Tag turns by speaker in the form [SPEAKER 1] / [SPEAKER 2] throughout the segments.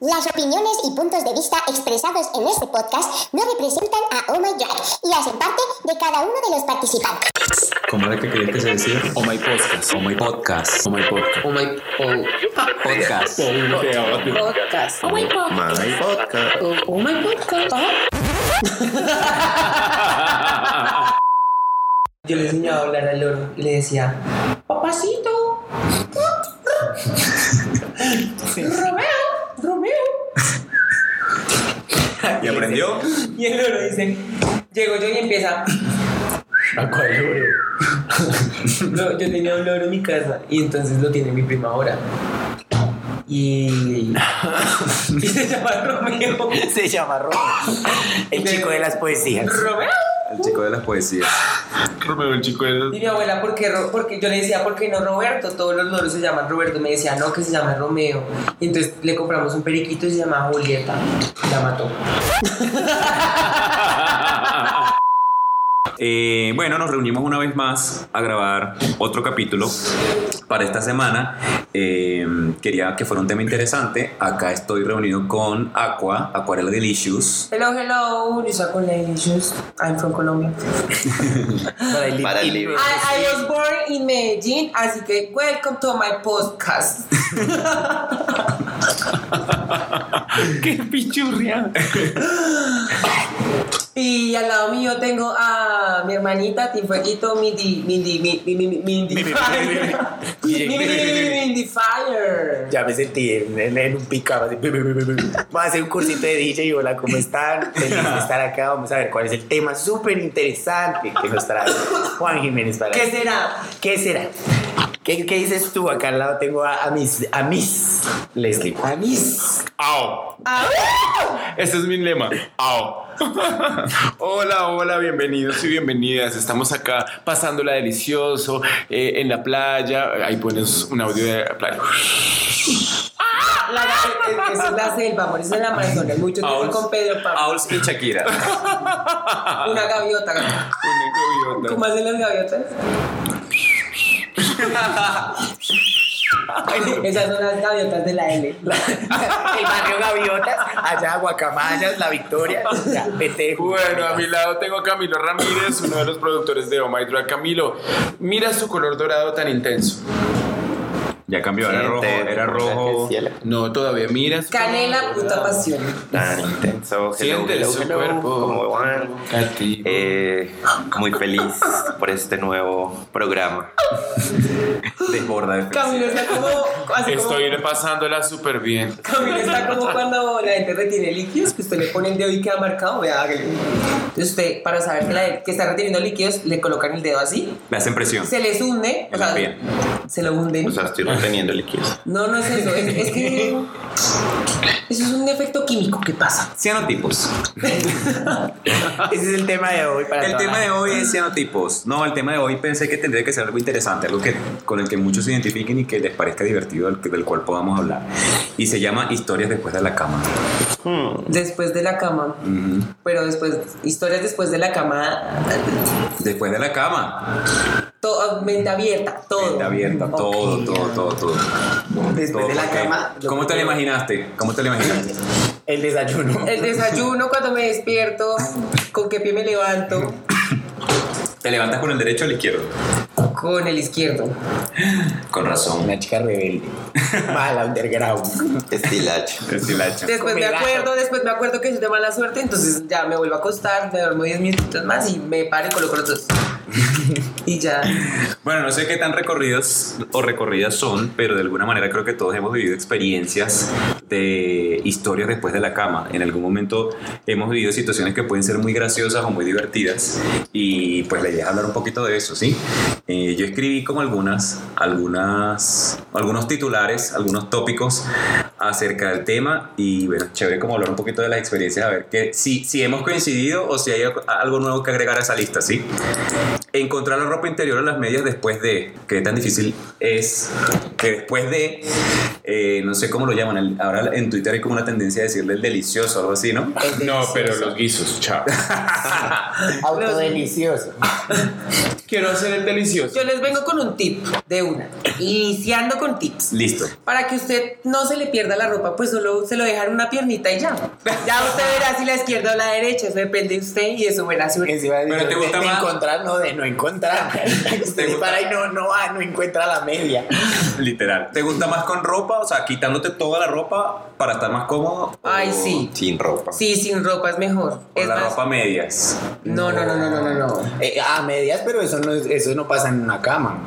[SPEAKER 1] Las opiniones y puntos de vista expresados en este podcast no representan a Oh My Drive y hacen parte de cada uno de los participantes.
[SPEAKER 2] ¿Cómo era que quería que se decía?
[SPEAKER 3] Oh my podcast.
[SPEAKER 2] Oh my podcast.
[SPEAKER 3] Oh my podcast.
[SPEAKER 4] Oh my oh,
[SPEAKER 3] Podcast.
[SPEAKER 4] podcast. Oh my podcast.
[SPEAKER 5] My podcast.
[SPEAKER 4] Oh, oh my podcast. Yo le enseñaba a hablar al loro y le decía, papacito. Romeo, Romeo.
[SPEAKER 5] ¿Y aprendió?
[SPEAKER 4] Y el loro dice, llego yo y empieza.
[SPEAKER 3] ¿A cuál loro?
[SPEAKER 4] No, yo tenía un loro en mi casa y entonces lo tiene mi prima ahora. Y, y se llama Romeo.
[SPEAKER 6] Se llama Romeo. El chico de las poesías.
[SPEAKER 4] Romeo.
[SPEAKER 2] El chico de las poesías.
[SPEAKER 5] Romeo, el chico
[SPEAKER 4] Y
[SPEAKER 5] del...
[SPEAKER 4] mi abuela, ¿por qué Ro- Porque yo le decía, ¿por qué no Roberto? Todos los loros se llaman Roberto. Me decía, no, que se llama Romeo. Y entonces le compramos un periquito y se llama Julieta. La mató.
[SPEAKER 2] Eh, bueno, nos reunimos una vez más a grabar otro capítulo para esta semana. Eh, quería que fuera un tema interesante. Acá estoy reunido con Aqua, Acuarela Delicious.
[SPEAKER 4] Hello, hello. Lisa con Ladies. I'm from Colombia.
[SPEAKER 6] Para el
[SPEAKER 5] Para el
[SPEAKER 6] libro.
[SPEAKER 5] libro.
[SPEAKER 4] I, I was born in Medellín, así que welcome to my podcast.
[SPEAKER 3] ¡Qué pichurria!
[SPEAKER 4] Y al lado mío tengo a mi hermanita Tinfueguito Mindy Mindy Mindy Mindy Mindy Fire. Mindy Mindy Mindy Fire.
[SPEAKER 6] Ya me sentí en, en- en un picado así. Vamos a hacer un cursito de DJ y hola, ¿cómo están? Feliz de estar acá. Vamos a ver cuál es el tema súper interesante que nos trae Juan Jiménez para
[SPEAKER 4] ¿Qué será?
[SPEAKER 6] ¿Qué será? ¿Qué, qué dices tú? Acá al lado tengo a, a mis a mis Leslie.
[SPEAKER 4] A mis.
[SPEAKER 5] ¡Au!
[SPEAKER 4] A
[SPEAKER 5] Este es mi lema. ¡Au! hola, hola, bienvenidos y bienvenidas. Estamos acá pasándola delicioso eh, en la playa. Ahí pones un audio de la playa.
[SPEAKER 4] La, esa es la selva, amor, esa es la Amazonas. Mucho tiempo
[SPEAKER 2] Owls.
[SPEAKER 4] con Pedro Pablo.
[SPEAKER 2] Auls y Shakira.
[SPEAKER 4] Una gaviota.
[SPEAKER 5] Un eco
[SPEAKER 4] ¿Cómo hacen las gaviotas? Esas son las gaviotas de la L.
[SPEAKER 6] El barrio Gaviotas, allá Guacamayas, La Victoria. Ya, vete.
[SPEAKER 5] Bueno, a mi lado tengo a Camilo Ramírez, uno de los productores de Oh My Drag. Camilo, mira su color dorado tan intenso.
[SPEAKER 2] Ya cambió, era rojo, era rojo.
[SPEAKER 5] No, todavía mira su
[SPEAKER 4] Canela, puta pasión.
[SPEAKER 7] Tan intenso. Hello,
[SPEAKER 5] Siente
[SPEAKER 7] hello,
[SPEAKER 5] su
[SPEAKER 7] hello.
[SPEAKER 5] cuerpo.
[SPEAKER 7] ¿Cómo van?
[SPEAKER 5] Cati.
[SPEAKER 7] Eh, muy feliz por este nuevo programa.
[SPEAKER 2] Desborda de
[SPEAKER 4] Camilo está como. Así como
[SPEAKER 5] Estoy pasándola súper bien.
[SPEAKER 4] Camilo está como cuando la gente retiene líquidos, que usted le pone el dedo y queda marcado. Vea, hágale. Entonces, usted, para saber que, la- que está reteniendo líquidos, le colocan el dedo así,
[SPEAKER 2] Me hacen presión.
[SPEAKER 4] se les hunde. O
[SPEAKER 2] En la
[SPEAKER 4] sea,
[SPEAKER 2] piel.
[SPEAKER 4] se lo hunden.
[SPEAKER 7] O sea, estoy
[SPEAKER 2] Ah.
[SPEAKER 7] reteniendo líquidos.
[SPEAKER 4] No, no es eso. Es, es que. Eso es un efecto químico que pasa.
[SPEAKER 2] Cianotipos.
[SPEAKER 6] Ese es el tema de hoy. Para
[SPEAKER 2] El tema de hoy es cianotipos. No, el tema de hoy pensé que tendría que ser algo interesante, algo que, con el que muchos se identifiquen y que les parezca divertido, del, del cual podamos hablar. Y se llama Historias después de la cama.
[SPEAKER 4] Después de la cama. Pero después. Historias después de la cama.
[SPEAKER 2] Después de la cama.
[SPEAKER 4] Todo, mente abierta. Todo.
[SPEAKER 2] Está abierta, todo,
[SPEAKER 4] Ok.
[SPEAKER 2] todo, todo, todo.
[SPEAKER 6] Después
[SPEAKER 2] Todo,
[SPEAKER 6] de la
[SPEAKER 2] ok.
[SPEAKER 6] cama. lo
[SPEAKER 2] ¿Cómo te lo
[SPEAKER 6] primero,
[SPEAKER 2] imaginaste? ¿Cómo te lo imaginaste?
[SPEAKER 6] El desayuno.
[SPEAKER 4] El desayuno cuando me despierto. Con qué pie me levanto.
[SPEAKER 2] ¿Te levantas con el derecho o el izquierdo?
[SPEAKER 4] Con el izquierdo.
[SPEAKER 2] Con razón.
[SPEAKER 6] Una chica rebelde. Mala, underground.
[SPEAKER 7] Estilacho.
[SPEAKER 2] El silacho.
[SPEAKER 4] Después me
[SPEAKER 6] Comelazo.
[SPEAKER 4] acuerdo, después me acuerdo que soy de mala suerte, entonces ya me vuelvo a acostar, me duermo 10 minutitos más y me paro y coloco los dos. y ya.
[SPEAKER 2] Bueno, no sé qué tan recorridos o recorridas son, pero de alguna manera creo que todos hemos vivido experiencias de historias después de la cama. En algún momento hemos vivido situaciones que pueden ser muy graciosas o muy divertidas y pues la idea es hablar un poquito de eso, ¿sí? Eh, yo escribí como algunas, algunas, algunos titulares, algunos tópicos acerca del tema y bueno, chévere como hablar un poquito de las experiencias, a ver que, si, si hemos coincidido o si hay algo nuevo que agregar a esa lista, ¿sí? Encontrar la ropa interior o las medias después de. Qué tan difícil es que después de. eh, no sé cómo lo llaman. el- ahora en Twitter hay como una tendencia a decirle el delicioso o algo así, ¿no?
[SPEAKER 5] No, pero los guisos, chao.
[SPEAKER 6] Autodelicioso.
[SPEAKER 5] Quiero hacer el delicioso.
[SPEAKER 4] Yo les vengo con un tip de una. Iniciando con tips.
[SPEAKER 2] Listo.
[SPEAKER 4] Para que usted no se le pierda la ropa, pues solo se lo dejan una piernita y ya. Ya usted verá si la izquierda o la derecha. Eso depende de usted y de su buena suerte.
[SPEAKER 6] Encima
[SPEAKER 2] Pero
[SPEAKER 6] de-
[SPEAKER 2] te gusta
[SPEAKER 6] de, de
[SPEAKER 2] más-
[SPEAKER 6] encontrar, no, de no encontrar. Usted
[SPEAKER 2] gusta-
[SPEAKER 6] para y no, no, va, no encuentra la media.
[SPEAKER 2] Literal. ¿Te gusta más con ropa? O sea, quitándote toda la ropa para estar más cómodo.
[SPEAKER 4] Ay,
[SPEAKER 2] ¿O
[SPEAKER 4] sí.
[SPEAKER 7] Sin ropa.
[SPEAKER 4] Sí, sin ropa es mejor.
[SPEAKER 2] Con
[SPEAKER 4] Es
[SPEAKER 2] la
[SPEAKER 4] más-
[SPEAKER 2] ropa medias.
[SPEAKER 4] No, no, no, no, no, no, no.
[SPEAKER 6] Eh, a medias, pero eso no, es- eso no pasa en una cama.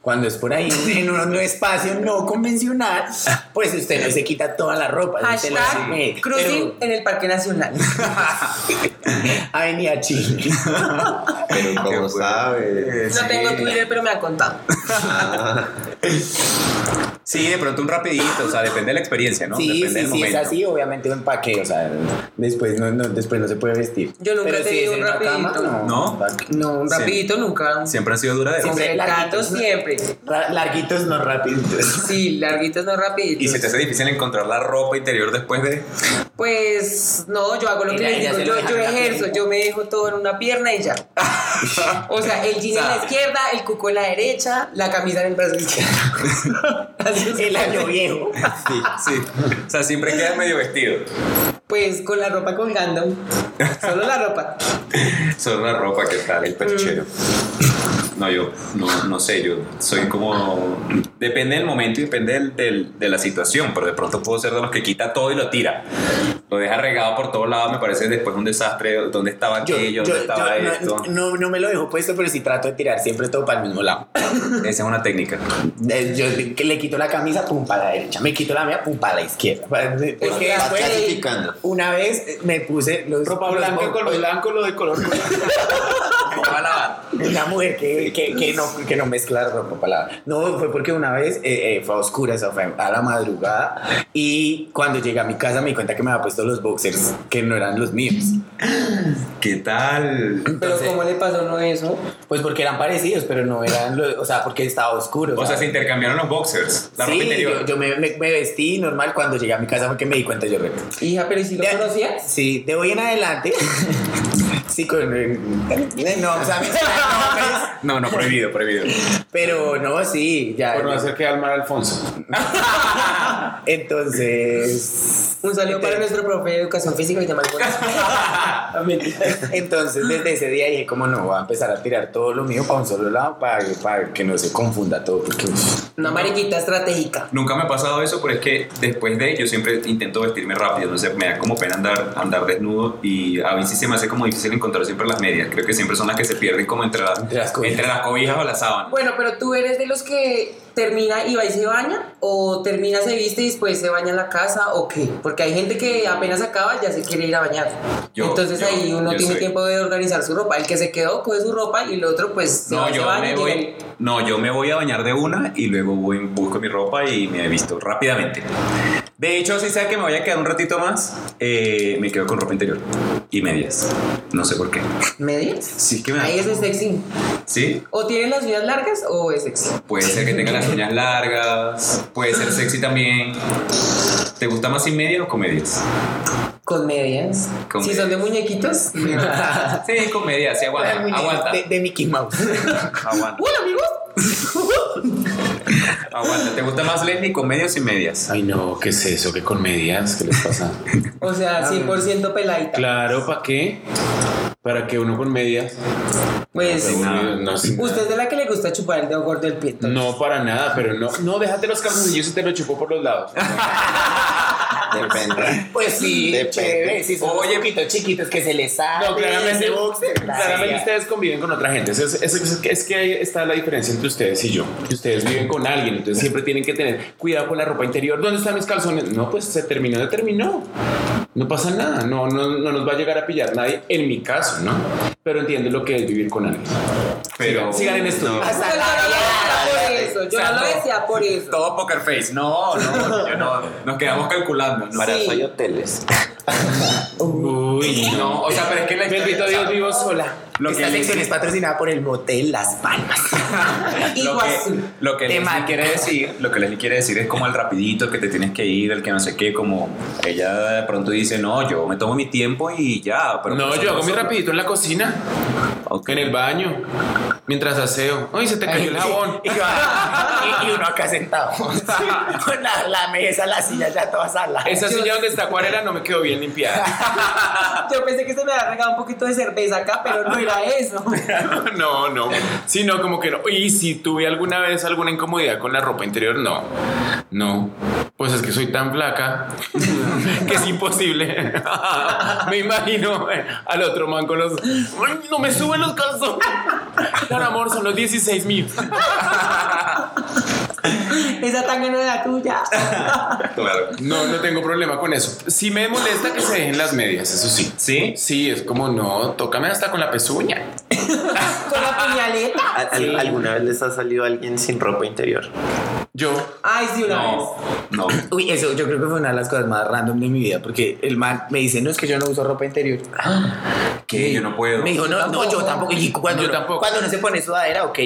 [SPEAKER 6] Cuando es por ahí, en un, un espacio no convencional, pues usted no se quita toda la ropa. usted la asume.
[SPEAKER 4] Hashtag cruising en el Parque Nacional.
[SPEAKER 6] Pero- Avenida Chile.
[SPEAKER 7] Pero como sabes.
[SPEAKER 4] No tengo Twitter, pero me ha contado.
[SPEAKER 2] Sí, de pronto un rapidito. O sea, depende de la experiencia, ¿no?
[SPEAKER 6] sí,
[SPEAKER 2] depende
[SPEAKER 6] sí, sí, es así, obviamente un empaque, o sea, después no, no, después no se puede vestir.
[SPEAKER 4] Yo nunca
[SPEAKER 6] Pero
[SPEAKER 4] he
[SPEAKER 6] si
[SPEAKER 4] tenido
[SPEAKER 6] es
[SPEAKER 4] un
[SPEAKER 6] en una cama,
[SPEAKER 4] rapidito.
[SPEAKER 2] ¿No?
[SPEAKER 4] No, un
[SPEAKER 2] Sí.
[SPEAKER 4] rapidito nunca.
[SPEAKER 2] Siempre han sido duraderos.
[SPEAKER 6] Siempre.
[SPEAKER 4] Hombre, larguitos siempre.
[SPEAKER 6] Ra- Larguitos, no rápidos.
[SPEAKER 4] Sí, larguitos no rapiditos.
[SPEAKER 2] Y se te hace difícil encontrar la ropa interior después de.
[SPEAKER 4] Pues no, yo hago lo que
[SPEAKER 6] Mira,
[SPEAKER 4] les
[SPEAKER 6] ella
[SPEAKER 4] digo,
[SPEAKER 6] se lo
[SPEAKER 4] yo,
[SPEAKER 6] deja
[SPEAKER 4] yo
[SPEAKER 6] en la
[SPEAKER 4] ejerzo,
[SPEAKER 6] pierna.
[SPEAKER 4] yo me dejo todo en una pierna y ya. o sea, el jean en la izquierda, el cuco en la derecha, la camisa en el brazo izquierdo. Así es.
[SPEAKER 6] El año viejo.
[SPEAKER 2] Sí, sí. O sea, siempre quedas medio vestido.
[SPEAKER 4] Pues con la ropa colgando. Solo la ropa.
[SPEAKER 2] Solo la ropa que tal.
[SPEAKER 7] El perchero.
[SPEAKER 6] Mm.
[SPEAKER 2] No, yo no, no sé, yo soy como... Depende del momento y depende del- del- de la situación, pero de pronto puedo ser de los que quita todo y lo tira. Lo deja regado por todos lados, me parece después un desastre. ¿Dónde estaba
[SPEAKER 6] Yo,
[SPEAKER 2] aquello?
[SPEAKER 6] yo-
[SPEAKER 2] ¿Dónde estaba
[SPEAKER 6] yo no-
[SPEAKER 2] esto?
[SPEAKER 6] no, no me lo dejo puesto, pero sí trato de tirar siempre todo para el mismo lado.
[SPEAKER 2] Esa es una técnica.
[SPEAKER 6] Eh, Yo que le quito la camisa, pum, para la derecha. Me quito la mía, pum, para la izquierda. Porque
[SPEAKER 7] Vas
[SPEAKER 6] después,
[SPEAKER 7] clasificando.
[SPEAKER 6] una vez eh, me puse los,
[SPEAKER 5] Ropa
[SPEAKER 6] los
[SPEAKER 5] blanca
[SPEAKER 6] bo-
[SPEAKER 5] con lo blanco, lo de color.
[SPEAKER 2] Va a lavar.
[SPEAKER 6] Una mujer que, que, que no, que no mezcla ropa palabra. No, fue porque una vez eh, eh, fue a oscuras, o fue a la madrugada. Y cuando llegué a mi casa me di cuenta que me había puesto los boxers que no eran los míos.
[SPEAKER 2] ¿Qué tal?
[SPEAKER 4] Pero ¿cómo le pasó no eso?
[SPEAKER 6] Pues porque eran parecidos, pero no eran los. O sea, porque estaba oscuro.
[SPEAKER 2] O sea,
[SPEAKER 6] ¿sabes?
[SPEAKER 2] se intercambiaron los boxers. La ropa
[SPEAKER 6] sí,
[SPEAKER 2] interior.
[SPEAKER 6] yo, yo me, me- me vestí normal cuando llegué a mi casa porque me di cuenta yo reto.
[SPEAKER 4] Hija, pero ¿y si lo
[SPEAKER 6] De-
[SPEAKER 4] conocías?
[SPEAKER 6] Sí, de hoy en adelante. sí, con. eh, No, o sea, nombres,
[SPEAKER 2] No, no, prohibido, prohibido.
[SPEAKER 6] pero no, sí, ya.
[SPEAKER 5] Por no hacer que al mar Alfonso.
[SPEAKER 6] Entonces.
[SPEAKER 4] Un saludo para nuestro profe de educación física y de
[SPEAKER 6] Entonces, desde ese día dije, como no, voy a empezar a tirar todo lo mío para un solo lado para, para que no se confunda todo. Porque, uf,
[SPEAKER 4] Una mariquita estratégica.
[SPEAKER 2] Nunca me ha pasado eso, pero es que después de yo siempre intento vestirme rápido, no sé, me da como pena andar, andar desnudo y a veces se me hace como difícil encontrar siempre las medias. Creo que siempre son las que se pierden como entre, la-
[SPEAKER 6] Entre las cobijas.
[SPEAKER 2] entre las cobijas o las sábanas.
[SPEAKER 4] Bueno, pero tú eres de los que termina y va y se baña, o termina, se viste y después se baña en la casa, o qué? Porque hay gente que apenas acaba ya se quiere ir a bañar.
[SPEAKER 2] Yo-
[SPEAKER 4] Entonces
[SPEAKER 2] yo-
[SPEAKER 4] ahí uno
[SPEAKER 2] yo
[SPEAKER 4] tiene
[SPEAKER 2] soy.
[SPEAKER 4] tiempo de organizar su ropa. El que se quedó coge su ropa y el otro pues se va,
[SPEAKER 2] No
[SPEAKER 4] se
[SPEAKER 2] yo,
[SPEAKER 4] baña
[SPEAKER 2] me
[SPEAKER 4] y
[SPEAKER 2] voy,
[SPEAKER 4] llega
[SPEAKER 2] no, yo me voy a bañar de una y luego voy, busco mi ropa y me visto rápidamente. De hecho, si sea que me voy a quedar un ratito más, eh, me quedo con ropa interior y medias. No sé por qué.
[SPEAKER 4] el- ¿Medias?
[SPEAKER 2] Sí, es que me da-
[SPEAKER 4] Ahí eso es sexy.
[SPEAKER 2] ¿Sí?
[SPEAKER 4] O tiene las uñas largas o es sexy.
[SPEAKER 2] Puede ser que tenga las uñas largas, puede ser sexy también. ¿Te gusta más sin medias o con medias?
[SPEAKER 4] Con medias.
[SPEAKER 2] Con
[SPEAKER 4] si
[SPEAKER 2] medias.
[SPEAKER 4] son de muñequitos.
[SPEAKER 2] Sí, con medias, sí, aguanta, aguanta,
[SPEAKER 6] De, de Mickey Mouse.
[SPEAKER 2] aguanta,
[SPEAKER 4] Hola amigos.
[SPEAKER 2] aguanta. ¿Te gusta más Lenny con medias o sin medias?
[SPEAKER 5] Ay, no, ¿qué es eso? ¿Qué con medias? ¿Qué les pasa?
[SPEAKER 4] O sea, 100% peladita.
[SPEAKER 5] Claro, ¿para qué? Para que uno con medias.
[SPEAKER 4] Pues
[SPEAKER 2] nada.
[SPEAKER 5] No, sin-
[SPEAKER 4] usted es de la que le gusta chupar el dedo gordo del pie. entonces.
[SPEAKER 5] no, para nada, pero no. No, déjate los calzoncillos y te lo chupó por los lados.
[SPEAKER 7] Depende.
[SPEAKER 6] Pues sí,
[SPEAKER 7] Depende.
[SPEAKER 6] chévere. Si son
[SPEAKER 2] Oye,
[SPEAKER 6] Oye, poquitos chiquitos que se les sale.
[SPEAKER 5] No, claramente,
[SPEAKER 6] ese boxer,
[SPEAKER 5] claramente
[SPEAKER 6] sí,
[SPEAKER 5] ustedes conviven con otra gente. Es, es- es- es que ahí está la diferencia entre ustedes y yo. Que ustedes viven con alguien, entonces siempre tienen que tener cuidado con la ropa interior. ¿Dónde están mis calzones? No, pues se terminó, se terminó. No pasa nada. No, no, no nos va a llegar a pillar nadie, en mi caso, ¿no? Pero entiendo lo que es vivir con alguien.
[SPEAKER 2] Pero.
[SPEAKER 5] Sigan, sigan en esto.
[SPEAKER 4] Yo no lo decía Ah, por eso. Yo no lo decía por eso.
[SPEAKER 2] Todo poker face. No, no, yo no. Nos quedamos calculando. ¿no?
[SPEAKER 7] Para
[SPEAKER 4] Sí.
[SPEAKER 7] eso hay hoteles.
[SPEAKER 5] Uy,
[SPEAKER 2] No, o sea, pero es que la
[SPEAKER 5] Bendito
[SPEAKER 2] o sea,
[SPEAKER 5] Dios, vivo sola.
[SPEAKER 2] Lo
[SPEAKER 6] Esta
[SPEAKER 2] que
[SPEAKER 6] sección es patrocinada por el motel Las Palmas.
[SPEAKER 2] lo que,
[SPEAKER 4] Iguazú.
[SPEAKER 2] lo que
[SPEAKER 6] Te
[SPEAKER 2] Leslie
[SPEAKER 6] mando.
[SPEAKER 2] quiere decir, lo que Leslie quiere decir es como el rapidito que te tienes que ir, el que no sé qué, como ella de pronto dice, no, yo me tomo mi tiempo y ya. Pero pues,
[SPEAKER 5] no,
[SPEAKER 2] por
[SPEAKER 5] yo hago mi
[SPEAKER 2] supuesto-
[SPEAKER 5] rapidito en la cocina,
[SPEAKER 2] Ok.
[SPEAKER 5] en el baño. mientras aseo. Ay, se te cayó el jabón.
[SPEAKER 6] Y, ah, y- y uno acá sentado. Con la, la mesa, la silla ya toda sala.
[SPEAKER 5] Esa silla donde está acuarela no me quedó bien limpiada.
[SPEAKER 4] Yo pensé que se me había regado un poquito de cerveza acá, pero no era eso.
[SPEAKER 5] No, no. Sí, no, como que no. Y si tuve alguna vez alguna incomodidad con la ropa interior, no. No. Pues es que soy tan flaca que es imposible. Me imagino eh, al otro man con los. "Ay, No me suben los calzones. Por amor, son los 16 mil.
[SPEAKER 4] Esa tanga no era tuya.
[SPEAKER 2] Claro.
[SPEAKER 5] No, no tengo problema con eso. Si me molesta que se dejen las medias, eso sí.
[SPEAKER 2] ¿Sí?
[SPEAKER 5] Sí, es como no, tócame hasta con la pezuña.
[SPEAKER 4] Con la puñaleta.
[SPEAKER 7] ¿Al- al- ¿Alguna vez les ha salido alguien sin ropa interior?
[SPEAKER 5] Yo,
[SPEAKER 4] Ay, sí, una vez.
[SPEAKER 2] No, no.
[SPEAKER 6] Uy, eso yo creo que fue una de las cosas más random de mi vida, porque el man me dice, no, es que yo no uso ropa interior.
[SPEAKER 2] Que yo no puedo.
[SPEAKER 6] Me dijo, no, no, yo tampoco. Y cuando,
[SPEAKER 5] Yo
[SPEAKER 6] no,
[SPEAKER 5] tampoco.
[SPEAKER 6] cuando no se pone sudadera, ok.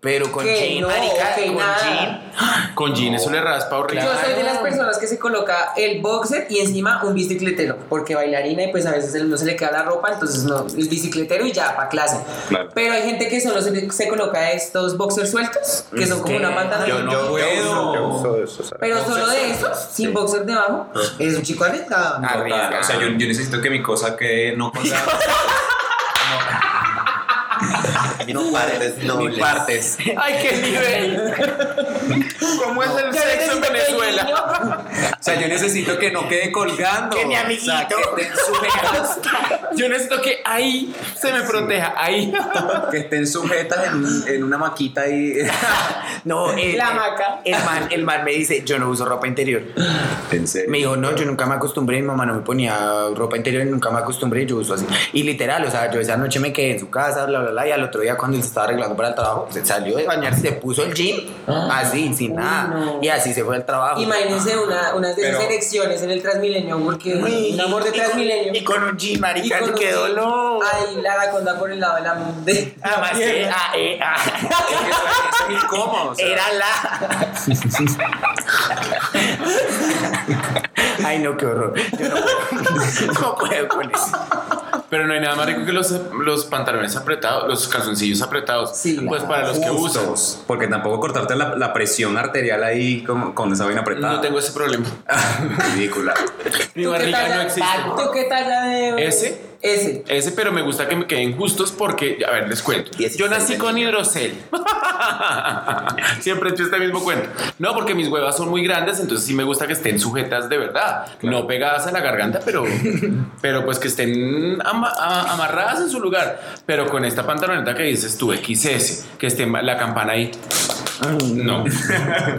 [SPEAKER 6] Pero con
[SPEAKER 4] Que
[SPEAKER 6] jean,
[SPEAKER 4] no,
[SPEAKER 6] marica,
[SPEAKER 4] que
[SPEAKER 6] con
[SPEAKER 4] nada.
[SPEAKER 6] jean.
[SPEAKER 5] con jean, eso le raspa horrible.
[SPEAKER 4] Yo soy de las personas que se coloca el boxer y encima un bicicletero, porque bailarina y pues a veces no se le queda la ropa, entonces no, el bicicletero y ya, para clase.
[SPEAKER 2] Claro.
[SPEAKER 4] Pero hay gente que solo se, se coloca estos boxers sueltos, que son como
[SPEAKER 6] que
[SPEAKER 4] una banda
[SPEAKER 2] yo no puedo.
[SPEAKER 7] eso. o sea,
[SPEAKER 4] Pero solo de esos, sin boxer debajo,
[SPEAKER 2] Ah.
[SPEAKER 4] es un chico arriesgado.
[SPEAKER 2] Total, O sea, yo, yo necesito que mi cosa quede no con la-
[SPEAKER 7] No partes nobles.
[SPEAKER 2] partes.
[SPEAKER 5] Ay, qué nivel. ¿Cómo es el
[SPEAKER 4] Yo
[SPEAKER 5] sexo en
[SPEAKER 4] necesito que el
[SPEAKER 5] Venezuela?
[SPEAKER 4] niño-
[SPEAKER 2] O sea, yo necesito que no quede colgando.
[SPEAKER 6] Que mi
[SPEAKER 2] O sea, que estén sujetas,
[SPEAKER 5] Yo necesito que ahí se me proteja, ahí.
[SPEAKER 2] que estén sujetas en, un- en una maquita y
[SPEAKER 6] No, el,
[SPEAKER 4] La hamaca.
[SPEAKER 6] El man, el man me dice, yo no uso ropa interior.
[SPEAKER 2] En serio.
[SPEAKER 6] Me dijo, no, yo nunca me acostumbré, mi mamá no me ponía ropa interior, nunca me acostumbré, yo uso así. Y literal, o sea, yo esa noche me quedé en su casa, bla, bla, bla, y al otro día cuando él se estaba arreglando para el trabajo, se salió de bañarse, se puso el jean, así, sin nada.
[SPEAKER 4] Ah. no.
[SPEAKER 6] Y así se fue al trabajo.
[SPEAKER 4] Imagínense una, unas de esas
[SPEAKER 2] Pero-
[SPEAKER 4] elecciones en el Transmilenio, porque
[SPEAKER 6] Uy,
[SPEAKER 4] un amor de
[SPEAKER 6] y con-
[SPEAKER 4] Transmilenio.
[SPEAKER 6] Y con un jean, marica,
[SPEAKER 4] Y con
[SPEAKER 6] qué
[SPEAKER 4] un-
[SPEAKER 6] dolor.
[SPEAKER 4] Ay, la anaconda por el lado de la. de-
[SPEAKER 6] Además, eh, ah, eh, ah.
[SPEAKER 2] Es que eso es incómodo. o sea.
[SPEAKER 6] Era la. Ay, no, qué horror. Yo no puedo, no puedo con eso.
[SPEAKER 5] Pero no hay nada más rico que los, los pantalones apretados, los calzoncillos apretados.
[SPEAKER 4] Sí,
[SPEAKER 5] pues
[SPEAKER 4] claro.
[SPEAKER 5] para los que usan.
[SPEAKER 2] Justos, porque tampoco cortarte la, la presión arterial ahí con, con esa vaina apretada.
[SPEAKER 5] No tengo ese problema.
[SPEAKER 2] Ridícula.
[SPEAKER 5] Mi
[SPEAKER 4] ¿Tú qué
[SPEAKER 5] barriga
[SPEAKER 4] talla-
[SPEAKER 5] no existe.
[SPEAKER 4] ¿Tú qué talla de.?
[SPEAKER 5] ¿Ese?
[SPEAKER 4] Ese.
[SPEAKER 5] Ese, pero me gusta que me queden justos porque, a ver, les cuento. Yo nací con hidrocel. Siempre he hecho este mismo cuento. No, porque mis huevas son muy grandes, entonces sí me gusta que estén sujetas de verdad. No pegadas a la garganta, pero, pero pues que estén ama- a- amarradas en su lugar. Pero con esta pantaloneta que dices tú, XS, que esté la campana ahí. No,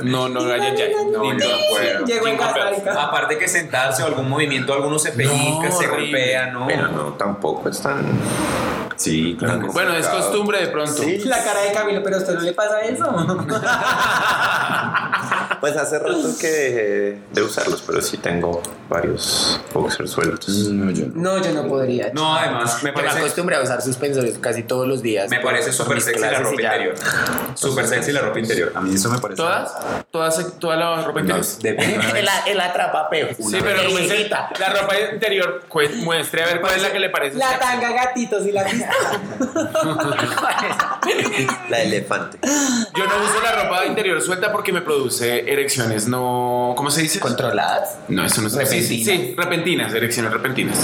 [SPEAKER 5] no, no, ay, ay, ay.
[SPEAKER 2] No, yo no puedo.
[SPEAKER 4] Llegó
[SPEAKER 2] Jingle
[SPEAKER 4] en Costa
[SPEAKER 2] bells.
[SPEAKER 4] Rica.
[SPEAKER 5] Ah,
[SPEAKER 2] Aparte que sentarse o algún movimiento, alguno se pellizca,
[SPEAKER 5] No,
[SPEAKER 2] se
[SPEAKER 5] horrible.
[SPEAKER 2] golpea, ¿no?
[SPEAKER 7] Pero no, tampoco es tan.
[SPEAKER 2] Sí, claro.
[SPEAKER 5] Bueno, es costumbre de pronto.
[SPEAKER 7] Sí.
[SPEAKER 4] La cara de Camilo, pero a usted no le pasa eso.
[SPEAKER 7] Pues hace rato que dejé de usarlos, pero sí tengo varios boxers sueltos.
[SPEAKER 4] No, yo no podría.
[SPEAKER 2] No, además, me
[SPEAKER 6] Yo me
[SPEAKER 2] parece
[SPEAKER 6] acostumbré a usar suspensores casi todos los días.
[SPEAKER 2] Me
[SPEAKER 6] por-
[SPEAKER 2] parece
[SPEAKER 6] por
[SPEAKER 2] súper
[SPEAKER 6] mis
[SPEAKER 2] sexy la
[SPEAKER 6] clases
[SPEAKER 2] ropa
[SPEAKER 6] y ya.
[SPEAKER 2] interior. Súper sexy la ropa interior. A mí eso me parece.
[SPEAKER 5] ¿Todas? ¿Todas? ¿Toda la ropa interior?
[SPEAKER 2] Depende.
[SPEAKER 6] El, el atrapapeo.
[SPEAKER 5] Sí, pero
[SPEAKER 6] Una
[SPEAKER 5] pues,
[SPEAKER 6] viejita.
[SPEAKER 5] la ropa interior, pues, muestre a ver cuál es la que le parece.
[SPEAKER 4] La tanga gatitos y la
[SPEAKER 7] La elefante.
[SPEAKER 5] Yo no uso la ropa interior suelta porque me produce erecciones no. ¿Cómo se dice?
[SPEAKER 6] Controladas.
[SPEAKER 5] No, eso no es
[SPEAKER 6] Repentinas.
[SPEAKER 5] Sí, repentinas, erecciones repentinas.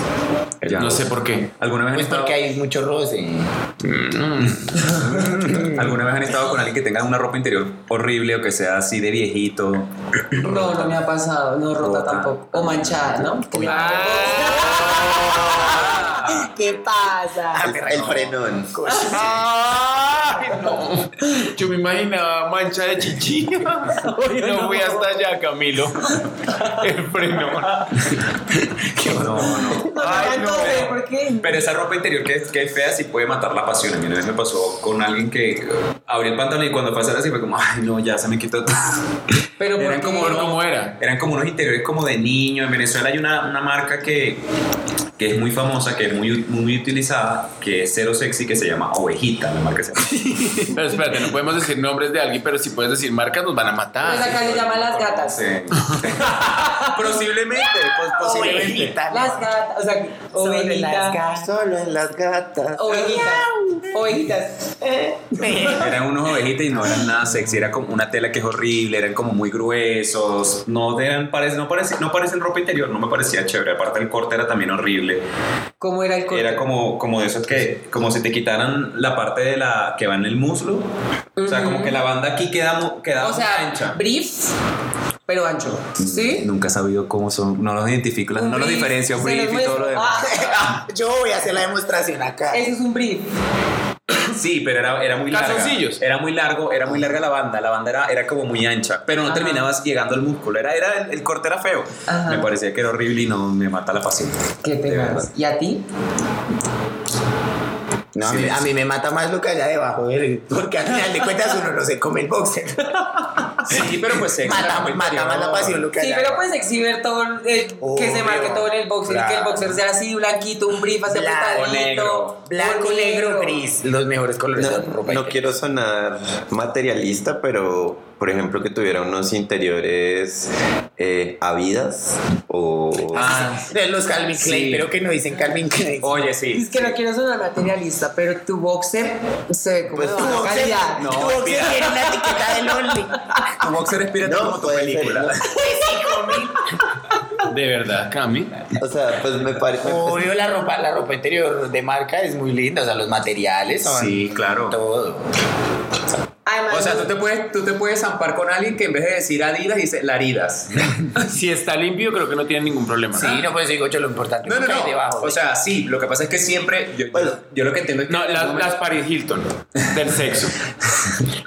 [SPEAKER 2] Ya.
[SPEAKER 5] No sé por qué.
[SPEAKER 2] ¿Alguna vez, han
[SPEAKER 6] Pues
[SPEAKER 2] estado,
[SPEAKER 6] porque hay mucho roce.
[SPEAKER 2] ¿Alguna vez han estado con alguien que tenga una ropa interior horrible o que sea así de viejito?
[SPEAKER 4] No, no me ha pasado. No rota
[SPEAKER 2] Rota.
[SPEAKER 4] tampoco. O manchada, ¿no? ¿Qué pasa?
[SPEAKER 7] El, el frenón.
[SPEAKER 5] Ah, Ay, no. Yo me imaginaba mancha de chichi. Y no fui hasta allá, Camilo. El freno.
[SPEAKER 2] No, no.
[SPEAKER 4] No,
[SPEAKER 5] Ay,
[SPEAKER 4] no, no,
[SPEAKER 5] no.
[SPEAKER 4] sé ¿por qué?
[SPEAKER 2] Pero esa ropa interior que, que es fea sí puede matar la pasión. A mí una vez me pasó con alguien que abrió el pantalón y cuando fue a hacer así fue como, ay, no, ya se me quitó todo.
[SPEAKER 4] Pero
[SPEAKER 2] Eran
[SPEAKER 4] porque
[SPEAKER 2] como,
[SPEAKER 5] ¿Por cómo era?
[SPEAKER 2] eran como unos interiores como de niño. En Venezuela hay una, una marca que, que es muy famosa, que es muy, muy utilizada, que es cero sexy, que se llama Ovejita. La marca se llama.
[SPEAKER 5] Pero espérate, no podemos decir nombres de alguien, pero si puedes decir marcas, nos van a
[SPEAKER 4] Pues
[SPEAKER 5] matar.
[SPEAKER 4] acá le llaman las gatas.
[SPEAKER 2] posiblemente, pues, posiblemente.
[SPEAKER 6] Ovejita.
[SPEAKER 4] Las gatas, o sea,
[SPEAKER 6] Solo en
[SPEAKER 4] ovejita.
[SPEAKER 6] las gatas. Solo en las gatas.
[SPEAKER 4] Ovejita. Ovejitas.
[SPEAKER 2] Eran unos ovejitas y no eran nada sexy, era como una tela que es horrible, eran como muy gruesos, no eran, parec- no, parec- no parecen ropa interior, no me parecía chévere, aparte el corte era también horrible,
[SPEAKER 4] ¿Cómo era el corte?
[SPEAKER 2] era como, como de esos que, como si te quitaran la parte de la que va en el muslo, o sea, como que la banda aquí queda, mu- queda
[SPEAKER 4] o sea,
[SPEAKER 2] ancha.
[SPEAKER 4] brief, pero ancho. ¿Sí?
[SPEAKER 2] Nunca he sabido cómo son, no los identifico,
[SPEAKER 4] Un
[SPEAKER 2] Mm, no los
[SPEAKER 4] brief,
[SPEAKER 2] diferencio,
[SPEAKER 4] se Ah.
[SPEAKER 2] brief
[SPEAKER 4] los
[SPEAKER 2] y todo lo demás.
[SPEAKER 6] Yo voy a hacer la demostración acá.
[SPEAKER 4] Ah, Ese es un brief.
[SPEAKER 2] Sí, pero era, era muy larga.
[SPEAKER 5] Calzoncillos.
[SPEAKER 2] Era muy largo, era muy larga la banda. La banda era, era como muy ancha, pero no
[SPEAKER 4] Ajá.
[SPEAKER 2] terminabas llegando al músculo. Era, era el, el corte era feo.
[SPEAKER 4] Ajá.
[SPEAKER 2] Me parecía que era horrible y no me mata la pasión.
[SPEAKER 4] Que
[SPEAKER 2] De verdad.
[SPEAKER 4] tengas. ¿Y a ti?
[SPEAKER 6] No, a, mí, a mí me mata más lo que allá debajo del- Porque al final de cuentas uno no se come el boxer.
[SPEAKER 2] Sí, pero pues sexy,
[SPEAKER 6] mata,
[SPEAKER 2] la ropa
[SPEAKER 6] mata
[SPEAKER 2] interior.
[SPEAKER 6] más la pasión lo que
[SPEAKER 4] Sí,
[SPEAKER 6] allá
[SPEAKER 4] pero
[SPEAKER 6] debajo.
[SPEAKER 4] pues, puedes exhibir todo, eh, que se
[SPEAKER 6] Obvio.
[SPEAKER 4] marque todo en el boxer y que el
[SPEAKER 6] Claro.
[SPEAKER 4] boxer sea así, blanquito, un brief, así
[SPEAKER 6] Blanco,
[SPEAKER 4] apretadito.
[SPEAKER 2] negro.
[SPEAKER 6] Blanco,
[SPEAKER 4] o
[SPEAKER 6] negro, gris. Los mejores colores de la
[SPEAKER 7] No,
[SPEAKER 6] ropa.
[SPEAKER 7] no quiero sonar materialista, pero por ejemplo que tuviera unos interiores eh, habidas o...
[SPEAKER 2] Ah,
[SPEAKER 6] De los Calvin Klein,
[SPEAKER 2] Sí.
[SPEAKER 6] pero que no dicen Calvin Klein.
[SPEAKER 2] oye, sí.
[SPEAKER 4] Es que no quiero sonar materialista, pero tu boxer se ve como de
[SPEAKER 6] Pues Tu
[SPEAKER 4] baja
[SPEAKER 6] boxer-
[SPEAKER 4] calidad.
[SPEAKER 2] no,
[SPEAKER 6] tu boxer
[SPEAKER 2] mira.
[SPEAKER 6] tiene una etiqueta del Only.
[SPEAKER 2] Tu boxer es pirata
[SPEAKER 7] No,
[SPEAKER 2] como tu
[SPEAKER 7] puede ser,
[SPEAKER 2] película.
[SPEAKER 5] De verdad, Cami.
[SPEAKER 7] O sea, pues me parece...
[SPEAKER 6] Obvio, la ropa, la ropa interior de marca es muy linda. O sea, los materiales son
[SPEAKER 2] Sí, claro.
[SPEAKER 6] todo.
[SPEAKER 4] Además,
[SPEAKER 2] O sea,
[SPEAKER 4] no-
[SPEAKER 2] tú te puedes, tú te puedes zampar con alguien que en vez de decir Adidas dice Laridas.
[SPEAKER 5] Si está limpio, creo que no tiene ningún problema.
[SPEAKER 6] Sí, no, pues digo yo lo importante
[SPEAKER 2] No,
[SPEAKER 6] es
[SPEAKER 2] no,
[SPEAKER 6] lo que hay
[SPEAKER 2] no.
[SPEAKER 6] debajo.
[SPEAKER 2] O sea, sí. Lo que pasa es que siempre, yo, yo, yo lo que entiendo es que
[SPEAKER 5] No, las, las Paris Hilton del sexo.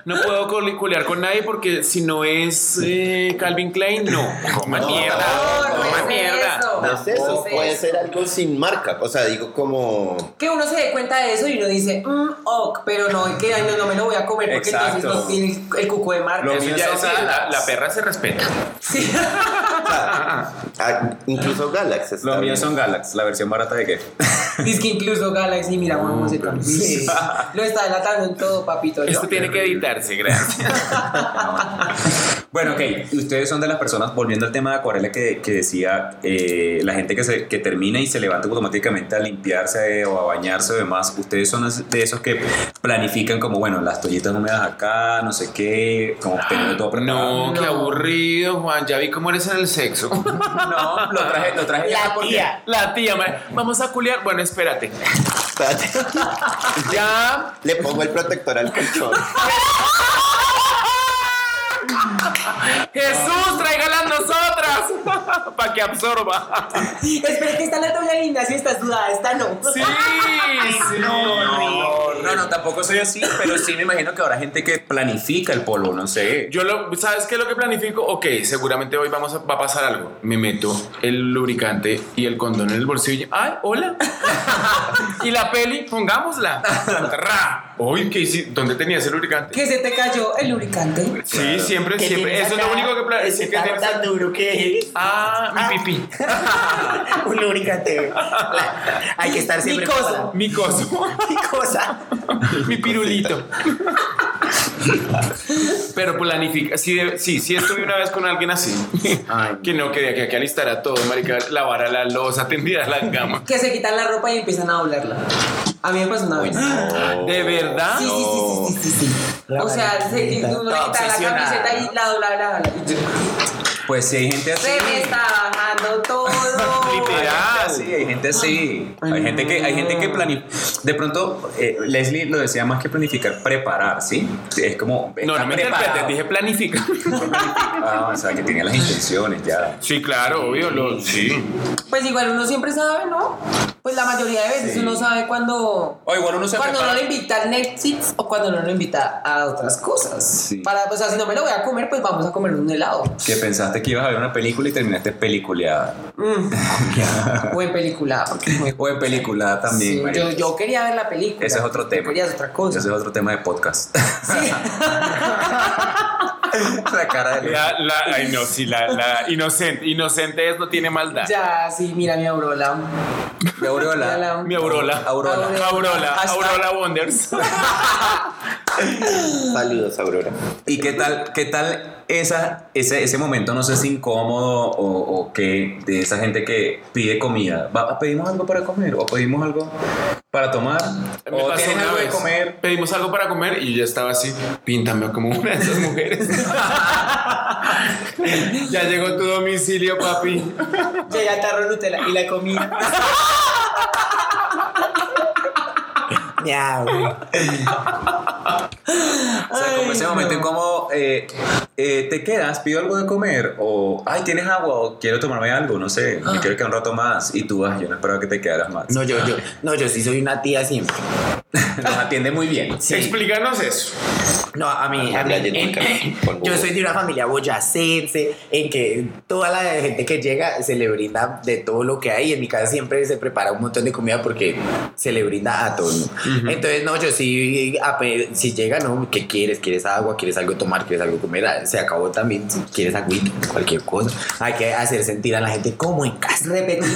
[SPEAKER 5] No puedo coli- culear con nadie porque si no es eh, Calvin Klein, no. Coma mierda.
[SPEAKER 4] No, no
[SPEAKER 5] coma
[SPEAKER 4] es
[SPEAKER 5] mierda.
[SPEAKER 4] eso.
[SPEAKER 7] No sé, eso
[SPEAKER 4] No es
[SPEAKER 7] puede
[SPEAKER 4] eso.
[SPEAKER 7] ser algo sin marca. O sea, digo como...
[SPEAKER 4] Que uno se dé cuenta de eso y uno dice, mmm, ok, pero no, que ay, no, no me lo voy a comer porque entonces
[SPEAKER 2] Exacto.
[SPEAKER 4] no tiene el, el cuco de marca.
[SPEAKER 2] Lo
[SPEAKER 5] Eso
[SPEAKER 2] mío
[SPEAKER 5] ya
[SPEAKER 2] son
[SPEAKER 5] es- la,
[SPEAKER 2] galas.
[SPEAKER 5] la perra se respeta.
[SPEAKER 4] Sí.
[SPEAKER 7] ah, incluso Galaxy. está
[SPEAKER 2] Los
[SPEAKER 7] bien.
[SPEAKER 2] míos son Galax, la versión barata de qué.
[SPEAKER 4] Dice que incluso Galaxy, mira, cómo se cambió. Sí. Lo está delatando en todo, papito. ¿no?
[SPEAKER 5] Esto tiene que editarse, gracias.
[SPEAKER 2] Bueno, ok, ustedes son de las personas, volviendo al tema de acuarela que, que decía, eh, la gente que, se, que termina y se levanta automáticamente a limpiarse o a bañarse o demás, ustedes son de esos que planifican como, bueno, las toallitas húmedas acá, no sé qué, como teniendo todo preparado.
[SPEAKER 5] No, qué aburrido, Juan. Ya vi cómo eres en el sexo.
[SPEAKER 2] no, lo traje, lo traje.
[SPEAKER 6] la tía.
[SPEAKER 5] La tía, ma- vamos a culear. Bueno, espérate.
[SPEAKER 7] Espérate,
[SPEAKER 5] Ya.
[SPEAKER 7] Le pongo el protector al colchón.
[SPEAKER 5] Jesús, tráigala a nosotras para que absorba.
[SPEAKER 4] Espera, que está la tabla de gimnasio, está sudada, esta no.
[SPEAKER 5] Sí, sí.
[SPEAKER 2] No, no, no, tampoco soy así, pero sí me imagino que habrá gente que planifica el polvo, no sé.
[SPEAKER 5] Yo lo, ¿sabes qué es lo que planifico? Ok, seguramente hoy vamos a, va a pasar algo. Me meto el lubricante y el condón en el bolsillo. ¡Ay, hola! y la peli, pongámosla. Ra. Uy, ¿qué hice? ¿Dónde tenía ese lubricante?
[SPEAKER 4] Que se te cayó el lubricante.
[SPEAKER 5] Sí, siempre, siempre. Eso es lo único que
[SPEAKER 6] Se
[SPEAKER 5] planifico.
[SPEAKER 6] tan duro que es.
[SPEAKER 5] Ah, mi pipí.
[SPEAKER 6] Un lubricante. La- hay que estar siempre
[SPEAKER 4] Micoso.
[SPEAKER 6] preparado.
[SPEAKER 5] Mi coso.
[SPEAKER 6] Micosa.
[SPEAKER 5] Mi pirulito. Pero planifica. Sí, de- sí, sí estuve una vez con alguien así. que no quería que aquí alistara todo, marica, lavara la losa, tendiera la cama.
[SPEAKER 4] Que se quitan la ropa y empiezan a doblarla. A mí me pasó una vez.
[SPEAKER 5] ¿De verdad?
[SPEAKER 4] Sí, sí, sí, sí, sí, sí, sí.
[SPEAKER 6] La
[SPEAKER 4] o sea, se,
[SPEAKER 6] camiseta.
[SPEAKER 4] uno le
[SPEAKER 6] Está
[SPEAKER 4] quita la
[SPEAKER 6] obsesionada,
[SPEAKER 4] camiseta y la dobla, la dobla. Y yo,
[SPEAKER 2] Pues sí, hay gente así.
[SPEAKER 4] Se me está bajando todo.
[SPEAKER 2] Ah,
[SPEAKER 5] Literal.
[SPEAKER 2] sí, hay gente así. Hay gente que, hay gente que planifica. De pronto, eh, Leslie lo decía más que planificar, preparar, ¿sí? Es como.
[SPEAKER 5] No,
[SPEAKER 2] está
[SPEAKER 5] no me
[SPEAKER 2] preparado.
[SPEAKER 5] interpretes, dije planifica.
[SPEAKER 2] Ah, o sea, que tenía las intenciones ya.
[SPEAKER 5] Sí, claro, obvio. Lo, sí.
[SPEAKER 4] Pues igual uno siempre sabe, ¿no? Pues la mayoría de veces uno sabe cuando.
[SPEAKER 2] O igual uno se
[SPEAKER 4] Cuando no
[SPEAKER 2] prepara.
[SPEAKER 4] lo invita a Netflix o cuando no lo invita a otras cosas.
[SPEAKER 2] Sí.
[SPEAKER 4] Para, o sea, si no me lo voy a comer, pues vamos a comer un helado.
[SPEAKER 2] Que pensaste que ibas a ver una película y terminaste peliculeada.
[SPEAKER 4] O en película. porque fue-
[SPEAKER 2] O en peliculada también.
[SPEAKER 4] Sí,
[SPEAKER 2] marica.
[SPEAKER 4] yo, yo quería ver la película.
[SPEAKER 2] Ese es otro
[SPEAKER 4] Tú
[SPEAKER 2] tema.
[SPEAKER 4] Querías otra cosa.
[SPEAKER 2] Ese es otro tema de podcast.
[SPEAKER 4] Sí.
[SPEAKER 2] la cara de Leslie.
[SPEAKER 5] La, la, ay, no, sí, la, la inocente. Inocente es no tiene maldad.
[SPEAKER 4] ya, sí, mira mi aurora.
[SPEAKER 2] Mi
[SPEAKER 7] aureola.
[SPEAKER 5] Mi Aurora.
[SPEAKER 7] Aurora.
[SPEAKER 5] Aurora.
[SPEAKER 4] Hashtag-
[SPEAKER 5] Aurora Wonders.
[SPEAKER 7] Saludos, Aurora.
[SPEAKER 2] ¿Y qué tal, qué tal esa, ese, ese momento, no sé si incómodo o, o qué, de esa gente que pide comida? ¿Va- ¿Pedimos algo para comer? ¿O pedimos algo para tomar?
[SPEAKER 5] Me
[SPEAKER 2] ¿O
[SPEAKER 5] pasó
[SPEAKER 2] tienen
[SPEAKER 5] una
[SPEAKER 2] algo de
[SPEAKER 5] vez.
[SPEAKER 2] comer?
[SPEAKER 5] Pedimos algo para comer y yo estaba así, píntame como una de esas mujeres. ya llegó tu domicilio, papi.
[SPEAKER 4] Llega el tarro de Nutella y la comida.
[SPEAKER 2] O sea, como
[SPEAKER 4] Ay,
[SPEAKER 2] ese
[SPEAKER 4] no.
[SPEAKER 2] momento incómodo, eh, eh, ¿te quedas? ¿Pido algo de comer? O, ay, ¿tienes agua? O quiero tomarme algo, no sé, me quiero quedar un rato más. Y tú, ay, yo no esperaba que te quedaras más.
[SPEAKER 6] No, yo, yo, no, yo sí soy una tía siempre.
[SPEAKER 2] Nos atiende muy bien.
[SPEAKER 6] Sí.
[SPEAKER 5] Explícanos eso.
[SPEAKER 6] No, a mí, a mí-
[SPEAKER 7] Galletica con
[SPEAKER 6] yo
[SPEAKER 7] huevo.
[SPEAKER 6] soy de una familia boyacense en que toda la gente que llega se le brinda de todo lo que hay. En mi casa siempre se prepara un montón de comida porque se le brinda a todo. ¿no? Entonces, no, yo sí, ape- si llega, ¿no? ¿Qué quieres? ¿Quieres agua? ¿Quieres algo tomar? ¿Quieres algo comer? Ah, Se acabó también. Si quieres agüita, cualquier cosa. Hay que hacer sentir a la gente como en casa.
[SPEAKER 4] Repetimos.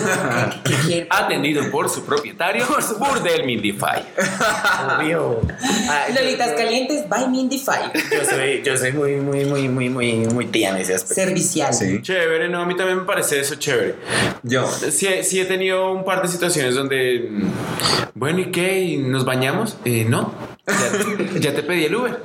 [SPEAKER 4] ¿Qué quieren?
[SPEAKER 5] Atendido por su propietario, Burdel Mindify.
[SPEAKER 6] Obvio. Ah, yo-
[SPEAKER 4] Lolitas calientes by Mindy Five.
[SPEAKER 6] Yo soy, yo soy muy, muy, muy, muy, muy, muy tía en ese aspecto.
[SPEAKER 4] Servicial.
[SPEAKER 2] Sí.
[SPEAKER 5] Chévere, no, a mí también me parece eso chévere.
[SPEAKER 2] Yo,
[SPEAKER 5] Sí, he- sí he tenido un par de situaciones donde, mm, bueno, ¿y qué? ¿Y ¿Nos bañamos? Eh, no. Ya, ya te pedí el Uber.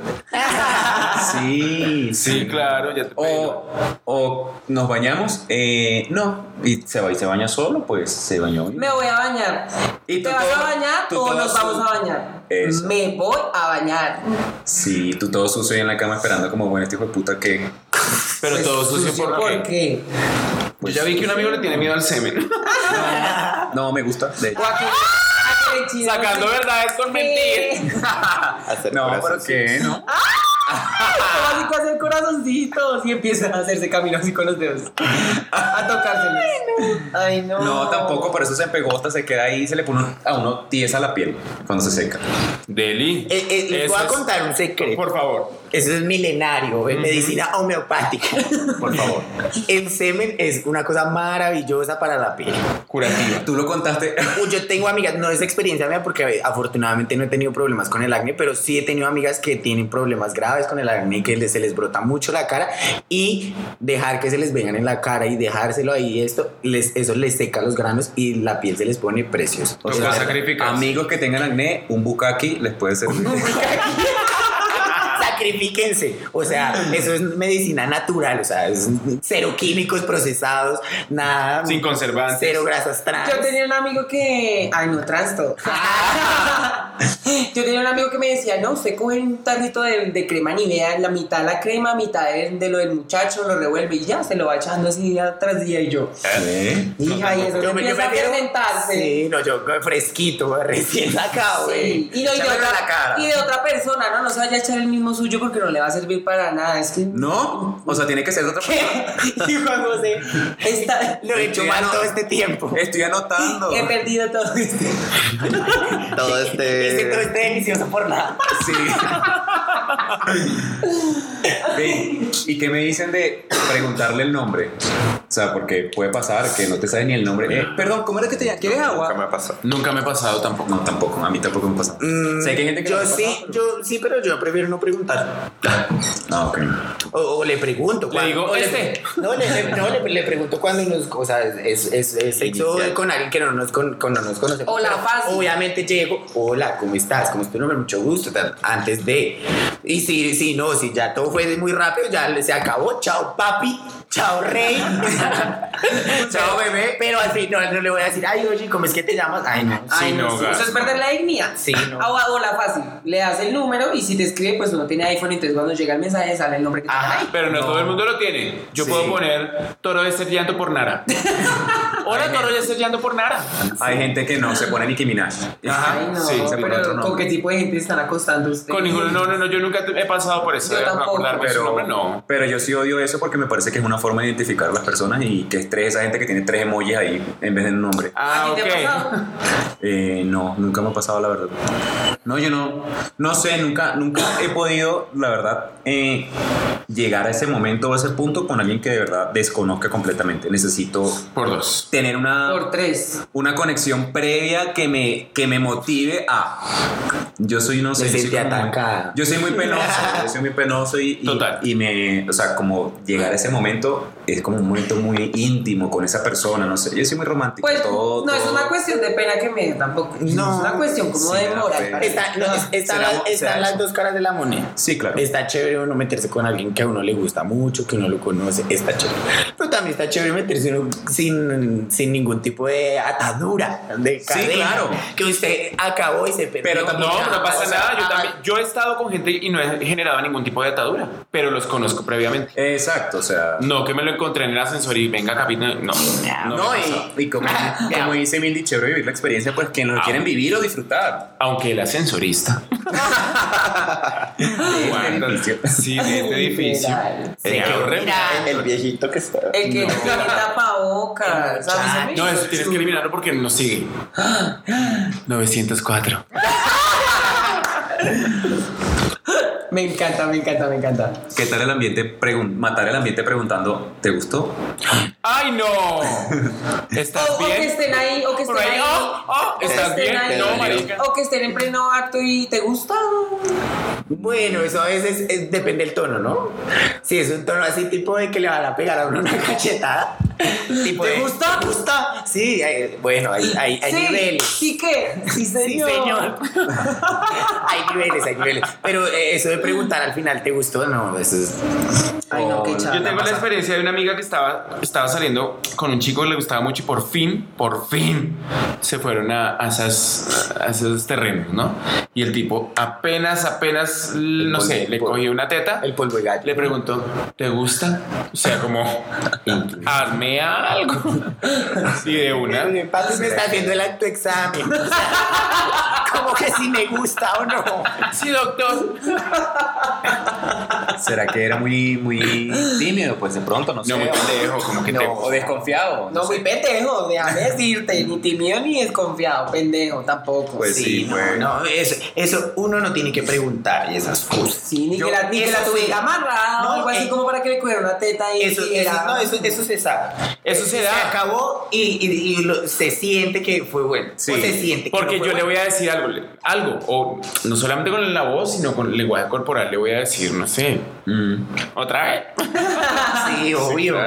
[SPEAKER 2] sí,
[SPEAKER 5] Sí, claro, ya te pedí. el Uber.
[SPEAKER 2] O, o nos bañamos, eh, no, y se, va, y se baña solo, pues se bañó.
[SPEAKER 4] Me voy a bañar.
[SPEAKER 2] ¿Y
[SPEAKER 4] ¿Te
[SPEAKER 2] tú
[SPEAKER 4] vas
[SPEAKER 2] todo-
[SPEAKER 4] a bañar
[SPEAKER 2] tú
[SPEAKER 4] o
[SPEAKER 2] todo
[SPEAKER 4] nos
[SPEAKER 2] su-
[SPEAKER 4] vamos a bañar?
[SPEAKER 2] Eso.
[SPEAKER 4] Me voy a bañar.
[SPEAKER 2] Sí, tú todo sucio ahí en la cama esperando como bueno este hijo de puta que
[SPEAKER 5] Pero
[SPEAKER 4] Pues,
[SPEAKER 5] todo sucio, ¿por
[SPEAKER 4] qué?
[SPEAKER 5] qué? Yo ya vi que un amigo le tiene miedo al semen.
[SPEAKER 2] no me gusta. De hecho.
[SPEAKER 4] O a que- a que le chille.
[SPEAKER 5] Sacando verdades con mentiras.
[SPEAKER 4] Sí.
[SPEAKER 7] Hacer
[SPEAKER 2] No, pero
[SPEAKER 7] corazones.
[SPEAKER 2] qué, no.
[SPEAKER 4] Como así que hacer corazoncitos y empiezan a hacerse caminos así con los dedos. A tocárselos. Ay, no.
[SPEAKER 2] No, tampoco, por eso se empegosta, se queda ahí y se le pone a uno tiesa la piel cuando se seca.
[SPEAKER 5] Deli.
[SPEAKER 6] Eh, eh, les
[SPEAKER 5] Eso
[SPEAKER 6] voy a
[SPEAKER 5] es-
[SPEAKER 6] contar un secreto.
[SPEAKER 5] Por favor,
[SPEAKER 6] Eso es milenario, en medicina homeopática.
[SPEAKER 5] por favor.
[SPEAKER 6] El semen es una cosa maravillosa para la piel.
[SPEAKER 5] Curativa.
[SPEAKER 2] Tú lo contaste.
[SPEAKER 6] Uy, Yo tengo amigas, no es experiencia mía porque a ver, afortunadamente no he tenido problemas con el acné, pero sí he tenido amigas que tienen problemas graves con el acné, que les- se les brota mucho la cara y dejar que se les vengan en la cara y dejárselo ahí, esto, les, eso les seca los granos y la piel se les pone preciosa.
[SPEAKER 2] O
[SPEAKER 5] Toca sacrificar.
[SPEAKER 2] amigos que tengan acné, un bucaki les puede servir.
[SPEAKER 6] Sacrifíquense. O sea, eso es medicina natural. O sea, es cero químicos procesados, nada.
[SPEAKER 5] Sin conservantes.
[SPEAKER 6] Cero grasas trans.
[SPEAKER 4] Yo tenía un amigo que. Ay, no, transto.
[SPEAKER 6] Ah.
[SPEAKER 4] Yo tenía un amigo que me decía, no, usted coge un tarrito de, de crema Nivea, la mitad de la crema, mitad de, de lo del muchacho, lo revuelve y ya se lo va echando así día tras día. Y yo,
[SPEAKER 2] ¿Eh?
[SPEAKER 4] hija, y eso
[SPEAKER 6] Yo me- yo
[SPEAKER 4] empieza a
[SPEAKER 6] prefiero-
[SPEAKER 4] fermentarse.
[SPEAKER 6] Sí, no, yo fresquito, recién sacado, güey.
[SPEAKER 4] Sí, Y, no, y, de
[SPEAKER 6] Echámosle
[SPEAKER 4] otra,
[SPEAKER 6] a la cara.
[SPEAKER 4] y de otra persona, ¿no? No se vaya a echar el mismo suyo porque no le va a servir para nada. Es que.
[SPEAKER 2] No, o sea, tiene que ser de otra forma.
[SPEAKER 4] y Juan José está.
[SPEAKER 6] Lo he hecho
[SPEAKER 2] Estoy
[SPEAKER 6] mal
[SPEAKER 2] ano-
[SPEAKER 6] todo este tiempo.
[SPEAKER 2] Estoy anotando.
[SPEAKER 4] He perdido todo este.
[SPEAKER 7] Todo
[SPEAKER 6] Este todo
[SPEAKER 7] este.
[SPEAKER 6] este delicioso por nada.
[SPEAKER 2] Sí. Ven, ¿Y qué me dicen de preguntarle el nombre? O sea, porque puede pasar que no te sabe ni el nombre. Eh, perdón, ¿cómo era que te llamas? ¿Quieres
[SPEAKER 7] Nunca me
[SPEAKER 2] agua?
[SPEAKER 7] ha pasado.
[SPEAKER 5] Nunca me ha pasado tampoco.
[SPEAKER 2] No, tampoco, a mí tampoco me pasa. sé que hay gente que
[SPEAKER 6] yo
[SPEAKER 2] le ha
[SPEAKER 6] sí,
[SPEAKER 2] pasado,
[SPEAKER 6] yo sí, pero yo prefiero no preguntar.
[SPEAKER 2] Ah, ok.
[SPEAKER 6] O, o le pregunto. cuando-
[SPEAKER 5] digo,
[SPEAKER 6] o
[SPEAKER 5] "Este".
[SPEAKER 6] no, le, le- no, le- le pregunto cuando nos. O sea, es, es, es sexo
[SPEAKER 7] Inicial.
[SPEAKER 6] con alguien que no nos, con, con- no nos conocemos.
[SPEAKER 4] Hola,
[SPEAKER 6] Pero
[SPEAKER 4] fácil.
[SPEAKER 6] Obviamente llego. Hola, ¿cómo estás? ¿Cómo es tu nombre? Mucho gusto. tal, Antes de. Y si, si no, si ya todo fue muy rápido, ya le- se acabó. Chao, papi. Chao, rey. Chao, bebé. Pero así, no, no le voy a decir, ay, oye, ¿cómo es que te llamas? Ay, no.
[SPEAKER 4] Ay,
[SPEAKER 5] Sí,
[SPEAKER 4] no,
[SPEAKER 5] no,
[SPEAKER 4] sí.
[SPEAKER 5] gas.
[SPEAKER 4] Eso es perder la dignidad.
[SPEAKER 6] Sí, no.
[SPEAKER 4] Ah, O, o la fácil. Le das el número y si te escribe, pues uno tiene iPhone. Entonces cuando llega el mensaje sale el nombre que te
[SPEAKER 5] Ajá,
[SPEAKER 4] ahí.
[SPEAKER 5] pero no, todo el mundo lo tiene. Yo puedo poner toro de ser llanto por Nara. Hola, toro de ser llanto por Nara.
[SPEAKER 2] Hay gente que no se pone ni criminal.
[SPEAKER 5] Ajá,
[SPEAKER 4] Ay, no.
[SPEAKER 5] sí,
[SPEAKER 2] se pone otro
[SPEAKER 4] pero ¿con
[SPEAKER 2] nombre.
[SPEAKER 4] qué tipo de gente están acostando ustedes?
[SPEAKER 5] Con ninguno, no, no, no, yo nunca he pasado por eso.
[SPEAKER 4] Yo
[SPEAKER 5] de
[SPEAKER 4] tampoco,
[SPEAKER 5] acordarme de su
[SPEAKER 2] Pero,
[SPEAKER 5] nombre, no.
[SPEAKER 2] pero yo sí odio eso porque me parece que es una forma de identificar a las personas y que estrés esa gente que tiene tres emojis ahí en vez de un nombre.
[SPEAKER 5] Ah,
[SPEAKER 4] ¿A ti te ha
[SPEAKER 5] ok.
[SPEAKER 4] pasado?
[SPEAKER 2] Eh, no, nunca me ha pasado, la verdad. No, yo no. No sé, nunca, nunca he podido, la verdad, eh, llegar a ese momento o a ese punto con alguien que de verdad desconozca completamente. Necesito
[SPEAKER 5] Por dos.
[SPEAKER 2] tener
[SPEAKER 5] Ah.
[SPEAKER 2] una,
[SPEAKER 4] Por tres.
[SPEAKER 2] una conexión previa que me, que me motive a. Yo soy no sé,
[SPEAKER 6] Me
[SPEAKER 2] yo soy
[SPEAKER 6] sentí
[SPEAKER 2] como-
[SPEAKER 6] atacada.
[SPEAKER 2] Yo soy muy penoso, yo soy muy penoso y, y-
[SPEAKER 5] Total.
[SPEAKER 2] y me, o sea, como llegar a ese momento es como un momento muy íntimo con esa persona, no sé, yo soy muy romántico.
[SPEAKER 4] Pues
[SPEAKER 2] todo,
[SPEAKER 4] no es
[SPEAKER 2] todo.
[SPEAKER 4] una cuestión de pena que me dé tampoco.
[SPEAKER 6] No.
[SPEAKER 4] Es una cuestión como
[SPEAKER 2] Sí,
[SPEAKER 4] de moral.
[SPEAKER 2] pena.
[SPEAKER 4] parece.
[SPEAKER 6] Está- no, es- están
[SPEAKER 2] será-
[SPEAKER 6] las-
[SPEAKER 2] será
[SPEAKER 6] están las
[SPEAKER 2] eso.
[SPEAKER 6] dos caras de la moneda.
[SPEAKER 2] Sí, claro.
[SPEAKER 6] Está chévere uno meterse con alguien que a uno le gusta mucho, que uno lo conoce, está chévere. Pero también está chévere meterse uno sin, sin ningún tipo de atadura, de cadena.
[SPEAKER 2] claro.
[SPEAKER 6] Que usted acabó y se perdió.
[SPEAKER 2] Pero tampoco-
[SPEAKER 5] No, no pasa
[SPEAKER 6] O sea,
[SPEAKER 5] nada. Yo,
[SPEAKER 6] ah,
[SPEAKER 5] también, yo he estado con gente y no he generado ningún tipo de atadura, pero los conozco previamente.
[SPEAKER 2] Exacto, o sea.
[SPEAKER 5] No, que me lo encontré en el ascensor y venga, capitán. No, no.
[SPEAKER 2] No,
[SPEAKER 5] me pasa.
[SPEAKER 2] y, y como, como dice Mindy, chévere vivir la experiencia, pues quien lo
[SPEAKER 5] Ah.
[SPEAKER 2] quieren vivir o disfrutar.
[SPEAKER 5] Aunque el ascensorista. Aguanta. Sí, de este edificio.
[SPEAKER 4] Literal.
[SPEAKER 5] Eh,
[SPEAKER 6] Sí,
[SPEAKER 5] horrible.
[SPEAKER 7] El viejito que está.
[SPEAKER 4] El que no. tiene tapabocas. ¿sabes?
[SPEAKER 6] Chat.
[SPEAKER 5] No, eso tienes que eliminarlo porque nos sigue. 904.
[SPEAKER 4] Me encanta, me encanta, me encanta.
[SPEAKER 2] ¿Qué tal el ambiente? pregun- matar el ambiente preguntando, ¿te gustó?
[SPEAKER 5] ¡Ay, no! ¿Estás
[SPEAKER 4] O, o que
[SPEAKER 5] bien?
[SPEAKER 4] estén ahí, o que estén
[SPEAKER 5] Por ahí,
[SPEAKER 4] ahí.
[SPEAKER 5] oh, oh,
[SPEAKER 4] o que
[SPEAKER 5] ¿estás
[SPEAKER 4] estén
[SPEAKER 5] bien?
[SPEAKER 4] ahí,
[SPEAKER 5] No,
[SPEAKER 7] Pero-
[SPEAKER 5] marica.
[SPEAKER 4] O que estén en pleno acto y te gusta.
[SPEAKER 6] Bueno, eso a veces es- depende del tono, ¿no? Si es un tono así tipo de que le van a pegar a uno una cachetada. Tipo
[SPEAKER 4] ¿Te
[SPEAKER 6] de,
[SPEAKER 4] gusta?
[SPEAKER 6] ¿Te gusta? Sí, hay- bueno, hay, hay, hay
[SPEAKER 4] sí,
[SPEAKER 6] niveles.
[SPEAKER 4] sí que.
[SPEAKER 6] Sí,
[SPEAKER 4] Sí, señor.
[SPEAKER 6] señor. hay niveles, hay niveles. Pero eh, eso de preguntar al final, ¿te gustó? No, eso es. Oh,
[SPEAKER 4] Ay, no, qué
[SPEAKER 5] Yo
[SPEAKER 4] chaval.
[SPEAKER 5] tengo la experiencia de una amiga que estaba, estaba saliendo con un chico que le gustaba mucho y por fin, por fin, se fueron a, a esas- a esos terrenos, ¿no? Y el tipo apenas, apenas, no sé, le cogió una teta,
[SPEAKER 6] El polvo de gallo.
[SPEAKER 5] le preguntó, ¿te gusta? O sea, como, hazme algo. Y de una,
[SPEAKER 6] Eh, Papi me está haciendo el acto examen. O sea, como que si me gusta o no.
[SPEAKER 5] Ah, sí, doctor.
[SPEAKER 2] ¿Será que era muy, muy tímido? Pues de pronto, no sé.
[SPEAKER 5] No, muy
[SPEAKER 2] o-
[SPEAKER 5] pendejo, como que
[SPEAKER 2] no,
[SPEAKER 5] te
[SPEAKER 2] o desconfiado.
[SPEAKER 4] No, muy pendejo, déjame decirte, ni timido ni desconfiado, pendejo, tampoco.
[SPEAKER 2] Pues sí,
[SPEAKER 6] no,
[SPEAKER 2] pues.
[SPEAKER 6] no, eso, eso uno no tiene que preguntar y esas cosas.
[SPEAKER 4] Sí, ni
[SPEAKER 6] Yo-
[SPEAKER 4] que la, ni que la
[SPEAKER 6] eso sí.
[SPEAKER 4] tuviera amarrada
[SPEAKER 6] No,
[SPEAKER 4] o algo así
[SPEAKER 6] eh,
[SPEAKER 4] como para que le cuidara una teta y
[SPEAKER 6] Eso,
[SPEAKER 4] dijera,
[SPEAKER 6] eso- no, eso, eso se sabe.
[SPEAKER 5] Eso se da.
[SPEAKER 6] acabó y, y- y lo- se siente que fue bueno.
[SPEAKER 2] Sí,
[SPEAKER 6] O se siente que
[SPEAKER 5] Porque
[SPEAKER 6] no fue
[SPEAKER 5] yo le
[SPEAKER 6] bueno.
[SPEAKER 5] voy a decir algo, le- algo, o no solamente con la voz, sino con el lenguaje corporal, le voy a decir, no sé, mm, otra vez.
[SPEAKER 6] Sí, obvio.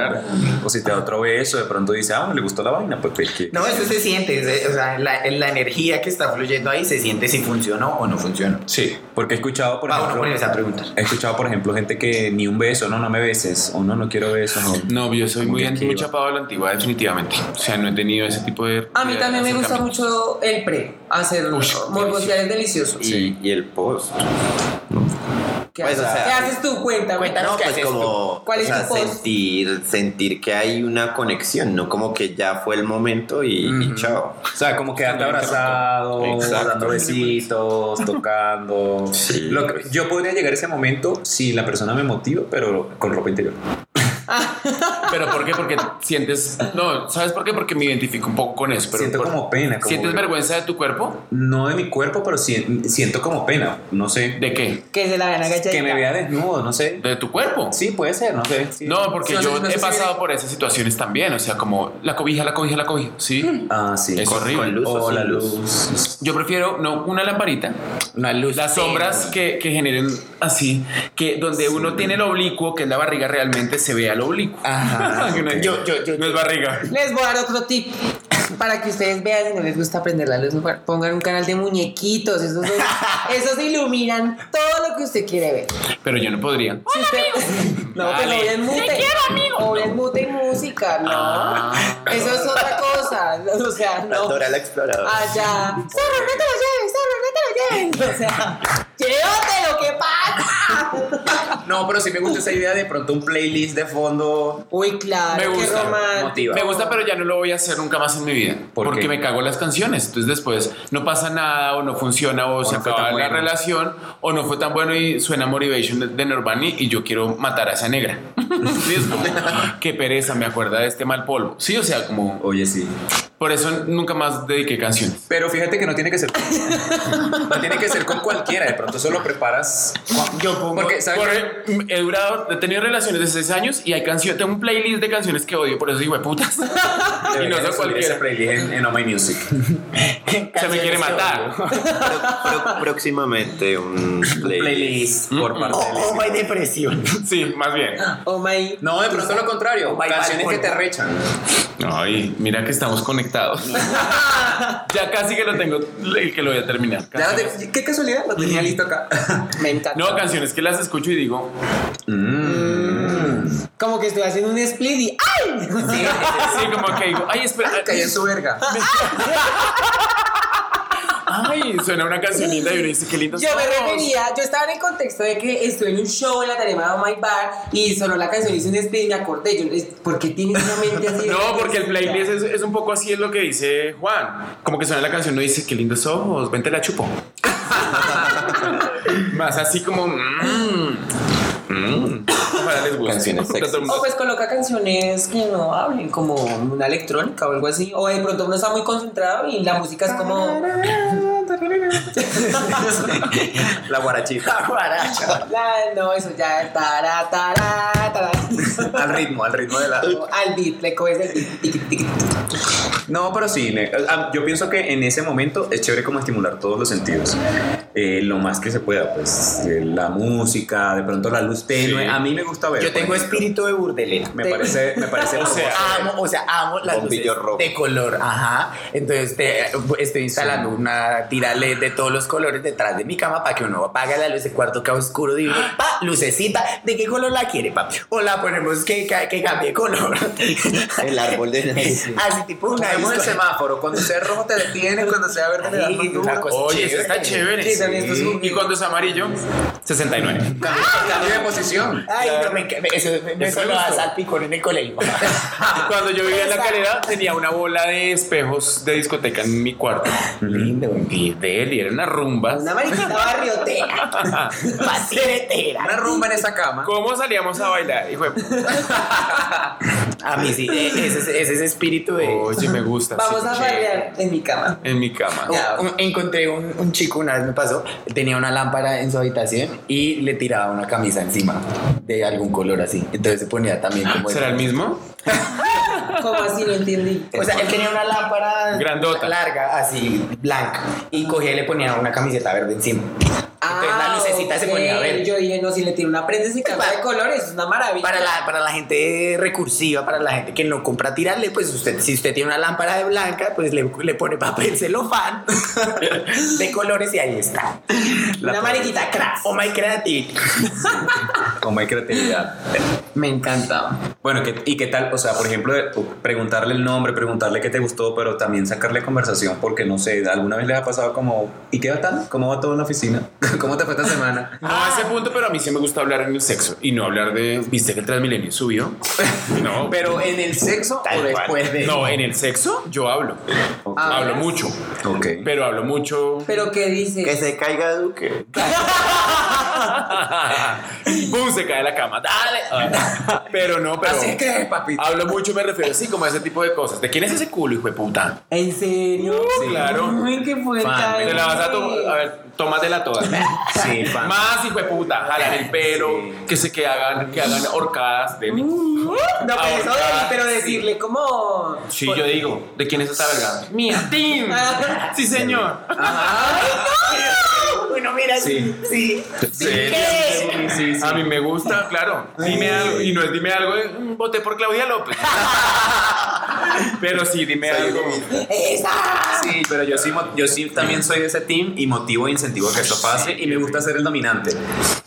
[SPEAKER 2] O si te da otro beso, de pronto dice, ah, le gustó la vaina, pues pues, que.
[SPEAKER 6] No, eso se siente. se- O sea, la, la energía que está fluyendo ahí se siente si funcionó o no funcionó.
[SPEAKER 2] Sí, porque he escuchado,
[SPEAKER 5] Ah,
[SPEAKER 2] por
[SPEAKER 6] Vamos a
[SPEAKER 2] ejemplo.
[SPEAKER 6] poner
[SPEAKER 5] pues.
[SPEAKER 6] esa pregunta.
[SPEAKER 2] He escuchado, por ejemplo, gente que ni un beso, no, no me beses, o no, no quiero besos. o-
[SPEAKER 5] No, yo soy
[SPEAKER 2] Como
[SPEAKER 5] muy,
[SPEAKER 2] que
[SPEAKER 5] anti-
[SPEAKER 2] aquí
[SPEAKER 5] muy
[SPEAKER 2] va.
[SPEAKER 5] chapado a la antigua, definitivamente. O sea, no he tenido ese tipo de.
[SPEAKER 4] A mí
[SPEAKER 5] de
[SPEAKER 4] también me gusta
[SPEAKER 5] acercamiento.
[SPEAKER 4] mucho el pre, hacer
[SPEAKER 5] Uy,
[SPEAKER 4] morbosear es delicioso.
[SPEAKER 7] Y, y el post.
[SPEAKER 4] ¿Qué,
[SPEAKER 6] Pues,
[SPEAKER 4] haces?
[SPEAKER 6] o sea,
[SPEAKER 4] ¿Qué haces tú? Cuéntame.
[SPEAKER 6] cuéntanos
[SPEAKER 7] No,
[SPEAKER 6] qué
[SPEAKER 7] pues
[SPEAKER 6] haces
[SPEAKER 7] como
[SPEAKER 4] ¿Cuál
[SPEAKER 7] o
[SPEAKER 4] es
[SPEAKER 7] sea,
[SPEAKER 4] tu post?
[SPEAKER 7] sentir, sentir que hay una conexión, no como que ya fue el momento y, y chao.
[SPEAKER 2] O sea, como quedarte abrazado,
[SPEAKER 7] Exacto.
[SPEAKER 2] dando besitos, tocando.
[SPEAKER 7] Sí.
[SPEAKER 2] Lo que- yo podría llegar a ese momento si la persona me motiva, pero con ropa interior.
[SPEAKER 5] Pero ¿por qué? Porque sientes. No, ¿sabes por qué? Porque me identifico un poco con eso. Pero
[SPEAKER 2] siento
[SPEAKER 5] por-
[SPEAKER 2] como pena. como-
[SPEAKER 5] ¿Sientes vergüenza de tu cuerpo?
[SPEAKER 2] No de mi cuerpo, pero si- siento como pena. No sé.
[SPEAKER 5] ¿De qué?
[SPEAKER 4] Que se la gana agachadita.
[SPEAKER 2] Que me vea desnudo, no sé.
[SPEAKER 5] ¿De tu cuerpo?
[SPEAKER 2] Sí, puede ser, no sé. sí.
[SPEAKER 5] No, porque
[SPEAKER 4] Sí, no sé-
[SPEAKER 5] yo
[SPEAKER 4] no sé
[SPEAKER 5] he
[SPEAKER 4] si
[SPEAKER 5] pasado
[SPEAKER 4] viene-
[SPEAKER 5] por esas situaciones también. O sea, como la cobija, la cobija, la cobija. Sí.
[SPEAKER 2] Ah, sí.
[SPEAKER 5] Es horrible.
[SPEAKER 7] Con luz o
[SPEAKER 2] o
[SPEAKER 7] sin
[SPEAKER 2] la
[SPEAKER 7] luz.
[SPEAKER 2] luz.
[SPEAKER 5] Yo prefiero no una lamparita,
[SPEAKER 6] Una luz.
[SPEAKER 5] las sombras que, que generen así, que donde uno tiene el oblicuo, que es la barriga, realmente se vea el oblicuo.
[SPEAKER 6] Ajá.
[SPEAKER 5] Que no es-
[SPEAKER 6] Yo- yo- yo-
[SPEAKER 5] no es barriga.
[SPEAKER 4] Les voy a dar otro tip para que ustedes vean si no les gusta aprender la luz. mujer, Pongan un canal de muñequitos. Esos, son- esos iluminan todo lo que usted quiere ver.
[SPEAKER 5] Pero yo no podría.
[SPEAKER 4] Si usted- No,
[SPEAKER 5] Dale.
[SPEAKER 4] pero obvien mute. Obvien mute y música, no. Eso es otra cosa. O sea, no.
[SPEAKER 7] Dora la exploradora.
[SPEAKER 4] Ah. Allá. Zorro, no te lo lleves, zorro, no te lo lleves. O sea, llévatelo, ¿qué pasa?
[SPEAKER 2] No, pero sí me gusta esa idea de pronto un playlist de fondo.
[SPEAKER 4] Uy, claro,
[SPEAKER 5] Me
[SPEAKER 4] qué
[SPEAKER 5] gusta,
[SPEAKER 4] romántico.
[SPEAKER 2] motiva.
[SPEAKER 5] Me gusta, pero ya no lo voy a hacer nunca más en mi vida.
[SPEAKER 2] ¿Por
[SPEAKER 5] porque
[SPEAKER 2] qué?
[SPEAKER 5] me cago en las canciones. Entonces después no pasa nada o no funciona o, se
[SPEAKER 2] no fue
[SPEAKER 5] acaba la
[SPEAKER 2] tan bueno.
[SPEAKER 5] relación o no fue tan bueno y suena Motivation de, de Norvani y yo quiero matar a esa negra. Sí, es como, "Ah, qué pereza, me acuerda de este mal polvo. Sí, o sea, como...
[SPEAKER 2] Oye, sí.
[SPEAKER 5] Por eso nunca más dediqué canciones.
[SPEAKER 2] Pero fíjate que no tiene que ser. no tiene que ser con cualquiera. De pronto solo raras.
[SPEAKER 5] Yo pongo.
[SPEAKER 2] Porque, ¿sabes
[SPEAKER 5] por- he durado, he tenido relaciones de 6 años y hay canciones, tengo un playlist de canciones que odio, por eso digo de putas. y
[SPEAKER 2] Deberías
[SPEAKER 5] no sé
[SPEAKER 2] subir ese
[SPEAKER 5] cualquiera.
[SPEAKER 2] playlist en, en Oh My Music.
[SPEAKER 5] Se me quiere matar.
[SPEAKER 7] Pro- pro- próximamente un
[SPEAKER 2] Oh
[SPEAKER 7] playlist.
[SPEAKER 5] Mm.
[SPEAKER 2] Por parte de
[SPEAKER 6] Oh, oh, my depresión. Oh,
[SPEAKER 5] sí, más bien.
[SPEAKER 4] Oh my.
[SPEAKER 3] No, de pronto lo contrario.
[SPEAKER 6] my God,
[SPEAKER 3] Canciones que
[SPEAKER 6] por-
[SPEAKER 3] te rechan.
[SPEAKER 5] Ay, mira que estamos conectados. ya casi que lo tengo, el que lo voy a terminar.
[SPEAKER 4] Ya lo te- Qué casualidad, lo tenía listo acá. Me encanta.
[SPEAKER 5] No, canciones que las escucho y digo,
[SPEAKER 4] Como que estoy haciendo un split y ¡ay!
[SPEAKER 5] sí, como que digo, ay, espera,
[SPEAKER 4] Cayó en su verga.
[SPEAKER 5] ay, suena una cancionita y uno dice, qué lindo.
[SPEAKER 4] Yo me
[SPEAKER 5] somos".
[SPEAKER 4] refería, yo estaba en el contexto de que estuve en un show en la tarima de Oh My Bar y sonó la canción, hice un split y me acordé. Yo, es- ¿Por qué tienes una mente así? de
[SPEAKER 5] No, porque el
[SPEAKER 4] grandecita?
[SPEAKER 5] playlist es, es un poco así, es lo que dice Juan. Como que suena la canción, no dice, qué lindos ojos, vente la chupo. Más así como, mmm, mmm. Ojalá les guste.
[SPEAKER 7] Canciones sexys.
[SPEAKER 5] Todo el
[SPEAKER 4] O
[SPEAKER 5] mundo-
[SPEAKER 4] pues coloca canciones que no hablen, como una electrónica o algo así. O de pronto uno está muy concentrado y la música es como.
[SPEAKER 7] La guarachita.
[SPEAKER 4] La- no, eso ya es tará, tará, tará.
[SPEAKER 3] Al ritmo, al ritmo de la.
[SPEAKER 4] Al beat, le coges el beat. tiqui, tiqui, tiqui.
[SPEAKER 2] No, pero sí, me- ah, yo pienso que en ese momento es chévere como estimular todos los sentidos, eh, lo más que se pueda, pues eh, la música, de pronto la luz tenue,
[SPEAKER 5] Sí.
[SPEAKER 2] a mí me gusta ver.
[SPEAKER 6] Yo
[SPEAKER 2] por
[SPEAKER 6] tengo
[SPEAKER 2] ejemplo.
[SPEAKER 6] espíritu de burdelera.
[SPEAKER 2] Me parece, me parece
[SPEAKER 6] O sea,
[SPEAKER 2] hermoso.
[SPEAKER 6] amo, o sea, amo las luces
[SPEAKER 7] Bombillo rojo.
[SPEAKER 6] de color, ajá. Entonces te- estoy instalando una tira LED de todos los colores detrás de mi cama para que uno apague la luz de cuarto que oscuro digo, pa, lucecita, ¿de qué color la quiere, pa? O la ponemos que, ca- que cambie de color.
[SPEAKER 7] El árbol de Navidad.
[SPEAKER 6] Así tipo una
[SPEAKER 3] Como el
[SPEAKER 6] disco-
[SPEAKER 3] semáforo, cuando sea rojo te detienes, cuando sea verde le das
[SPEAKER 6] Ay,
[SPEAKER 3] más duro.
[SPEAKER 6] una cosa
[SPEAKER 5] Oye, eso está chévere.
[SPEAKER 4] Sí, también esto es un-
[SPEAKER 5] ¿Y cuando es amarillo? 69.
[SPEAKER 3] Cambio, cambio de posición.
[SPEAKER 6] Ay, no, me, enca- me- eso, me, me
[SPEAKER 5] Eso me
[SPEAKER 6] sonó a
[SPEAKER 5] gustó.
[SPEAKER 6] salpicón en el colegio.
[SPEAKER 5] Cuando yo vivía en la calera tenía una bola de espejos de discoteca en mi cuarto. Lindo, y de él, y era una rumba.
[SPEAKER 4] Una mariquita barriotera.
[SPEAKER 5] Ah,
[SPEAKER 6] Paciretera.
[SPEAKER 3] Una rumba en esa cama.
[SPEAKER 5] ¿Cómo salíamos a bailar? Hijo de puta.
[SPEAKER 6] A mí sí, eh, ese es ese es espíritu de...
[SPEAKER 5] Oye, me gusta.
[SPEAKER 4] Vamos
[SPEAKER 5] sí,
[SPEAKER 4] a
[SPEAKER 5] chévere.
[SPEAKER 4] bailar en mi cama.
[SPEAKER 5] En mi cama.
[SPEAKER 6] Ya, un- encontré un, un chico, una vez me pasó, tenía una lámpara en su habitación y le tiraba una camisa encima de algún color así. Entonces se ponía también como...
[SPEAKER 5] ¿Será el mismo?
[SPEAKER 4] ¿Cómo así? No entendí.
[SPEAKER 6] O sea, él tenía una lámpara
[SPEAKER 5] Grandota.
[SPEAKER 6] larga, así, blanca, y cogía y le ponía una camiseta verde encima. Entonces la lucecita se
[SPEAKER 4] Ah, ok.
[SPEAKER 6] ponía verde.
[SPEAKER 4] Yo dije, no, si le tiro una prenda y se cambia
[SPEAKER 6] Para-
[SPEAKER 4] de colores, es una maravilla.
[SPEAKER 6] Pues Para la, para la gente recursiva, para la gente que no compra tirarle, pues usted, si usted tiene una lámpara de blanca, pues le, le pone papel celofán de colores y ahí está.
[SPEAKER 4] una mariquita crack.
[SPEAKER 6] Oh my creative.
[SPEAKER 2] Como hay creatividad.
[SPEAKER 4] Me encanta.
[SPEAKER 2] Bueno, ¿qué- ¿y qué tal? O sea, por ejemplo, eh, preguntarle el nombre, preguntarle qué te gustó, pero también sacarle conversación, porque no sé, alguna vez les ha pasado como, ¿y qué va tal? ¿Cómo va todo en la oficina?
[SPEAKER 3] ¿Cómo te fue esta semana?
[SPEAKER 5] No a ese punto, pero a mí sí me gusta hablar en el sexo y no hablar de. ¿Viste que el Transmilenio subió? No.
[SPEAKER 3] Pero en el sexo o después de.
[SPEAKER 5] No, en el sexo yo hablo. Hablo mucho.
[SPEAKER 2] Ok.
[SPEAKER 5] Pero hablo mucho.
[SPEAKER 4] Pero ¿qué
[SPEAKER 7] Que
[SPEAKER 4] dices?
[SPEAKER 7] se caiga Duque.
[SPEAKER 5] ¡Bum! Ah, Se cae la cama. ¡Dale! Ah, Pero no, pero.
[SPEAKER 3] Así es que, papi.
[SPEAKER 5] Hablo mucho, me refiero así como a ese tipo de cosas. ¿De quién es ese culo, hijo de puta?
[SPEAKER 4] ¿En serio?
[SPEAKER 6] Uh,
[SPEAKER 5] Sí, claro.
[SPEAKER 4] Ay, qué fuerte.
[SPEAKER 5] Te la vas a tomar. A ver, tómatela toda.
[SPEAKER 2] Sí, fan.
[SPEAKER 5] Más hijo de puta. Jalar el pelo. Que se que hagan, que hagan horcadas de mí.
[SPEAKER 4] No, pero, eso de-
[SPEAKER 5] Ahorcar,
[SPEAKER 4] pero decirle como...
[SPEAKER 5] Sí, yo digo, ¿de quién es esta verga? Mía, Tim.
[SPEAKER 4] Ah.
[SPEAKER 5] Sí, señor.
[SPEAKER 6] Bueno, mira, sí. sí.
[SPEAKER 5] Sí, sí, sí. A mí me gusta, claro. Dime algo, y no es dime algo, eh, mm, voté por Claudia López. Pero sí, dime algo.
[SPEAKER 4] ¡Esa!
[SPEAKER 2] Sí, pero yo sí, mo- yo sí también soy de ese team y motivo e incentivo a que esto pase y me gusta ser el dominante.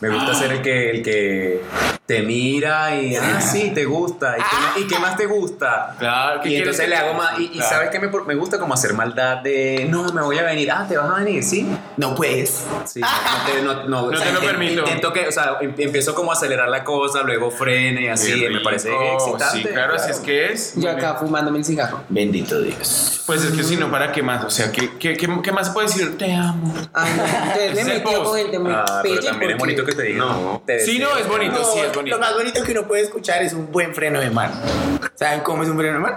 [SPEAKER 2] Me gusta ser el que, el que te mira y, ah, sí, te gusta. ¿Y qué, más- y qué más te gusta?
[SPEAKER 5] Claro,
[SPEAKER 2] y
[SPEAKER 5] ¿qué quieres
[SPEAKER 2] entonces
[SPEAKER 5] que
[SPEAKER 2] le
[SPEAKER 5] te
[SPEAKER 2] hago
[SPEAKER 5] guste?
[SPEAKER 2] más. Y, y
[SPEAKER 5] Claro.
[SPEAKER 2] sabes que me, me gusta como hacer maldad de, no, me voy a venir. Ah, te vas a venir, sí.
[SPEAKER 6] No puedes.
[SPEAKER 2] Sí, no te, no, no, o
[SPEAKER 5] No
[SPEAKER 2] sea,
[SPEAKER 5] te lo
[SPEAKER 2] inten-
[SPEAKER 5] permito.
[SPEAKER 2] Intento que, o sea, em- empiezo como a acelerar la cosa, luego frene y así.
[SPEAKER 5] Qué
[SPEAKER 2] me parece
[SPEAKER 5] rico.
[SPEAKER 2] excitante.
[SPEAKER 5] Sí, claro, así es que es.
[SPEAKER 4] Yo acá fumándome el cigarro.
[SPEAKER 6] Bendito Dios.
[SPEAKER 5] Pues es que si no, ¿para qué más? O sea, ¿qué, qué, qué, qué más se puede decir? Te amo.
[SPEAKER 4] Ay, Ah, no. Entonces me
[SPEAKER 5] Es el
[SPEAKER 4] metió
[SPEAKER 5] post.
[SPEAKER 4] con gente muy
[SPEAKER 2] Ah, pero
[SPEAKER 4] pelle
[SPEAKER 2] también es
[SPEAKER 4] porque-
[SPEAKER 2] bonito que te digan.
[SPEAKER 7] No.
[SPEAKER 2] te
[SPEAKER 5] Sí, no,
[SPEAKER 2] deseo.
[SPEAKER 5] es bonito, sí, es
[SPEAKER 6] Lo
[SPEAKER 5] bonito.
[SPEAKER 6] más bonito que uno puede escuchar es un buen freno de mano. ¿Saben cómo es un freno de mano?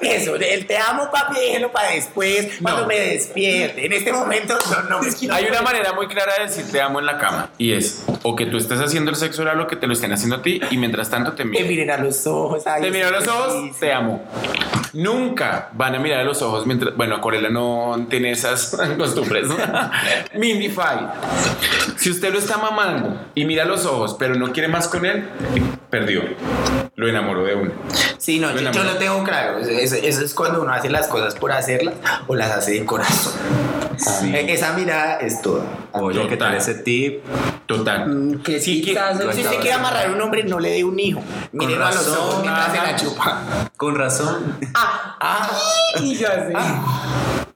[SPEAKER 6] es eso. El te amo, papi, déjelo para después, cuando me despierte. En este momento, no, no.
[SPEAKER 5] Hay una manera muy clara de decir te amo en la cama y es o que tú estés haciendo el sexo oral o que te lo estén haciendo a ti y mientras tanto
[SPEAKER 6] Te
[SPEAKER 5] te miren.
[SPEAKER 6] miren a los ojos. ay,
[SPEAKER 5] Te
[SPEAKER 6] es
[SPEAKER 5] miran a los ojos,
[SPEAKER 6] difícil.
[SPEAKER 5] te amo. Nunca van a mirar a los ojos mientras. Bueno, Corella no tiene esas costumbres. ¿no? Mindify. Si usted lo está mamando y mira a los ojos, pero no quiere más con él, perdió. Lo enamoró de uno.
[SPEAKER 6] Sí, no, yo, yo lo tengo claro. Eso, eso es cuando uno hace las cosas por hacerlas o las hace de corazón. Eh, Esa mirada es toda.
[SPEAKER 2] Oye, ¿qué tal ese tip? Mm.
[SPEAKER 5] Total.
[SPEAKER 6] Que si,
[SPEAKER 4] mm, que-
[SPEAKER 6] si usted quiere amarrar a un hombre, no le dé un hijo. Mírenlo a los
[SPEAKER 2] razón,
[SPEAKER 6] ojos mientras se la
[SPEAKER 2] ajá.
[SPEAKER 6] chupa.
[SPEAKER 2] Con razón.
[SPEAKER 4] Y ya sé.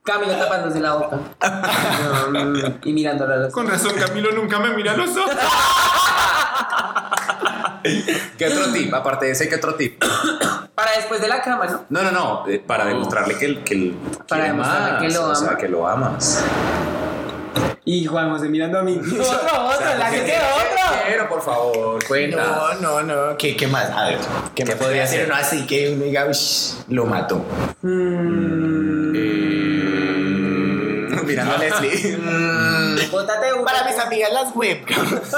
[SPEAKER 4] Camilo tapándose la boca. mm, y mirándolo a los
[SPEAKER 5] Con razón, Camilo nunca me mira a los ojos.
[SPEAKER 3] ¿Qué otro tip? Aparte de ese, ¿qué otro tip?
[SPEAKER 4] Para después de la cama, ¿no?
[SPEAKER 3] No, no, no. eh, Para demostrarle que el. Que el
[SPEAKER 4] Para
[SPEAKER 3] que
[SPEAKER 4] demostrarle
[SPEAKER 3] amas,
[SPEAKER 4] que lo
[SPEAKER 3] O sea,
[SPEAKER 4] ama.
[SPEAKER 3] que lo amas.
[SPEAKER 4] Y Juan José mirando a mí. Otro, otro, la que quedó otro.
[SPEAKER 3] Pero, por favor, cuenta.
[SPEAKER 6] No, no, no. ¿Qué, qué más? A ver, ¿qué, más podría hacer uno así que uno diga, "Ush, lo mató? Mirando a Leslie.
[SPEAKER 4] Mm. Bótate uno.
[SPEAKER 6] Para mis amigas las webcams.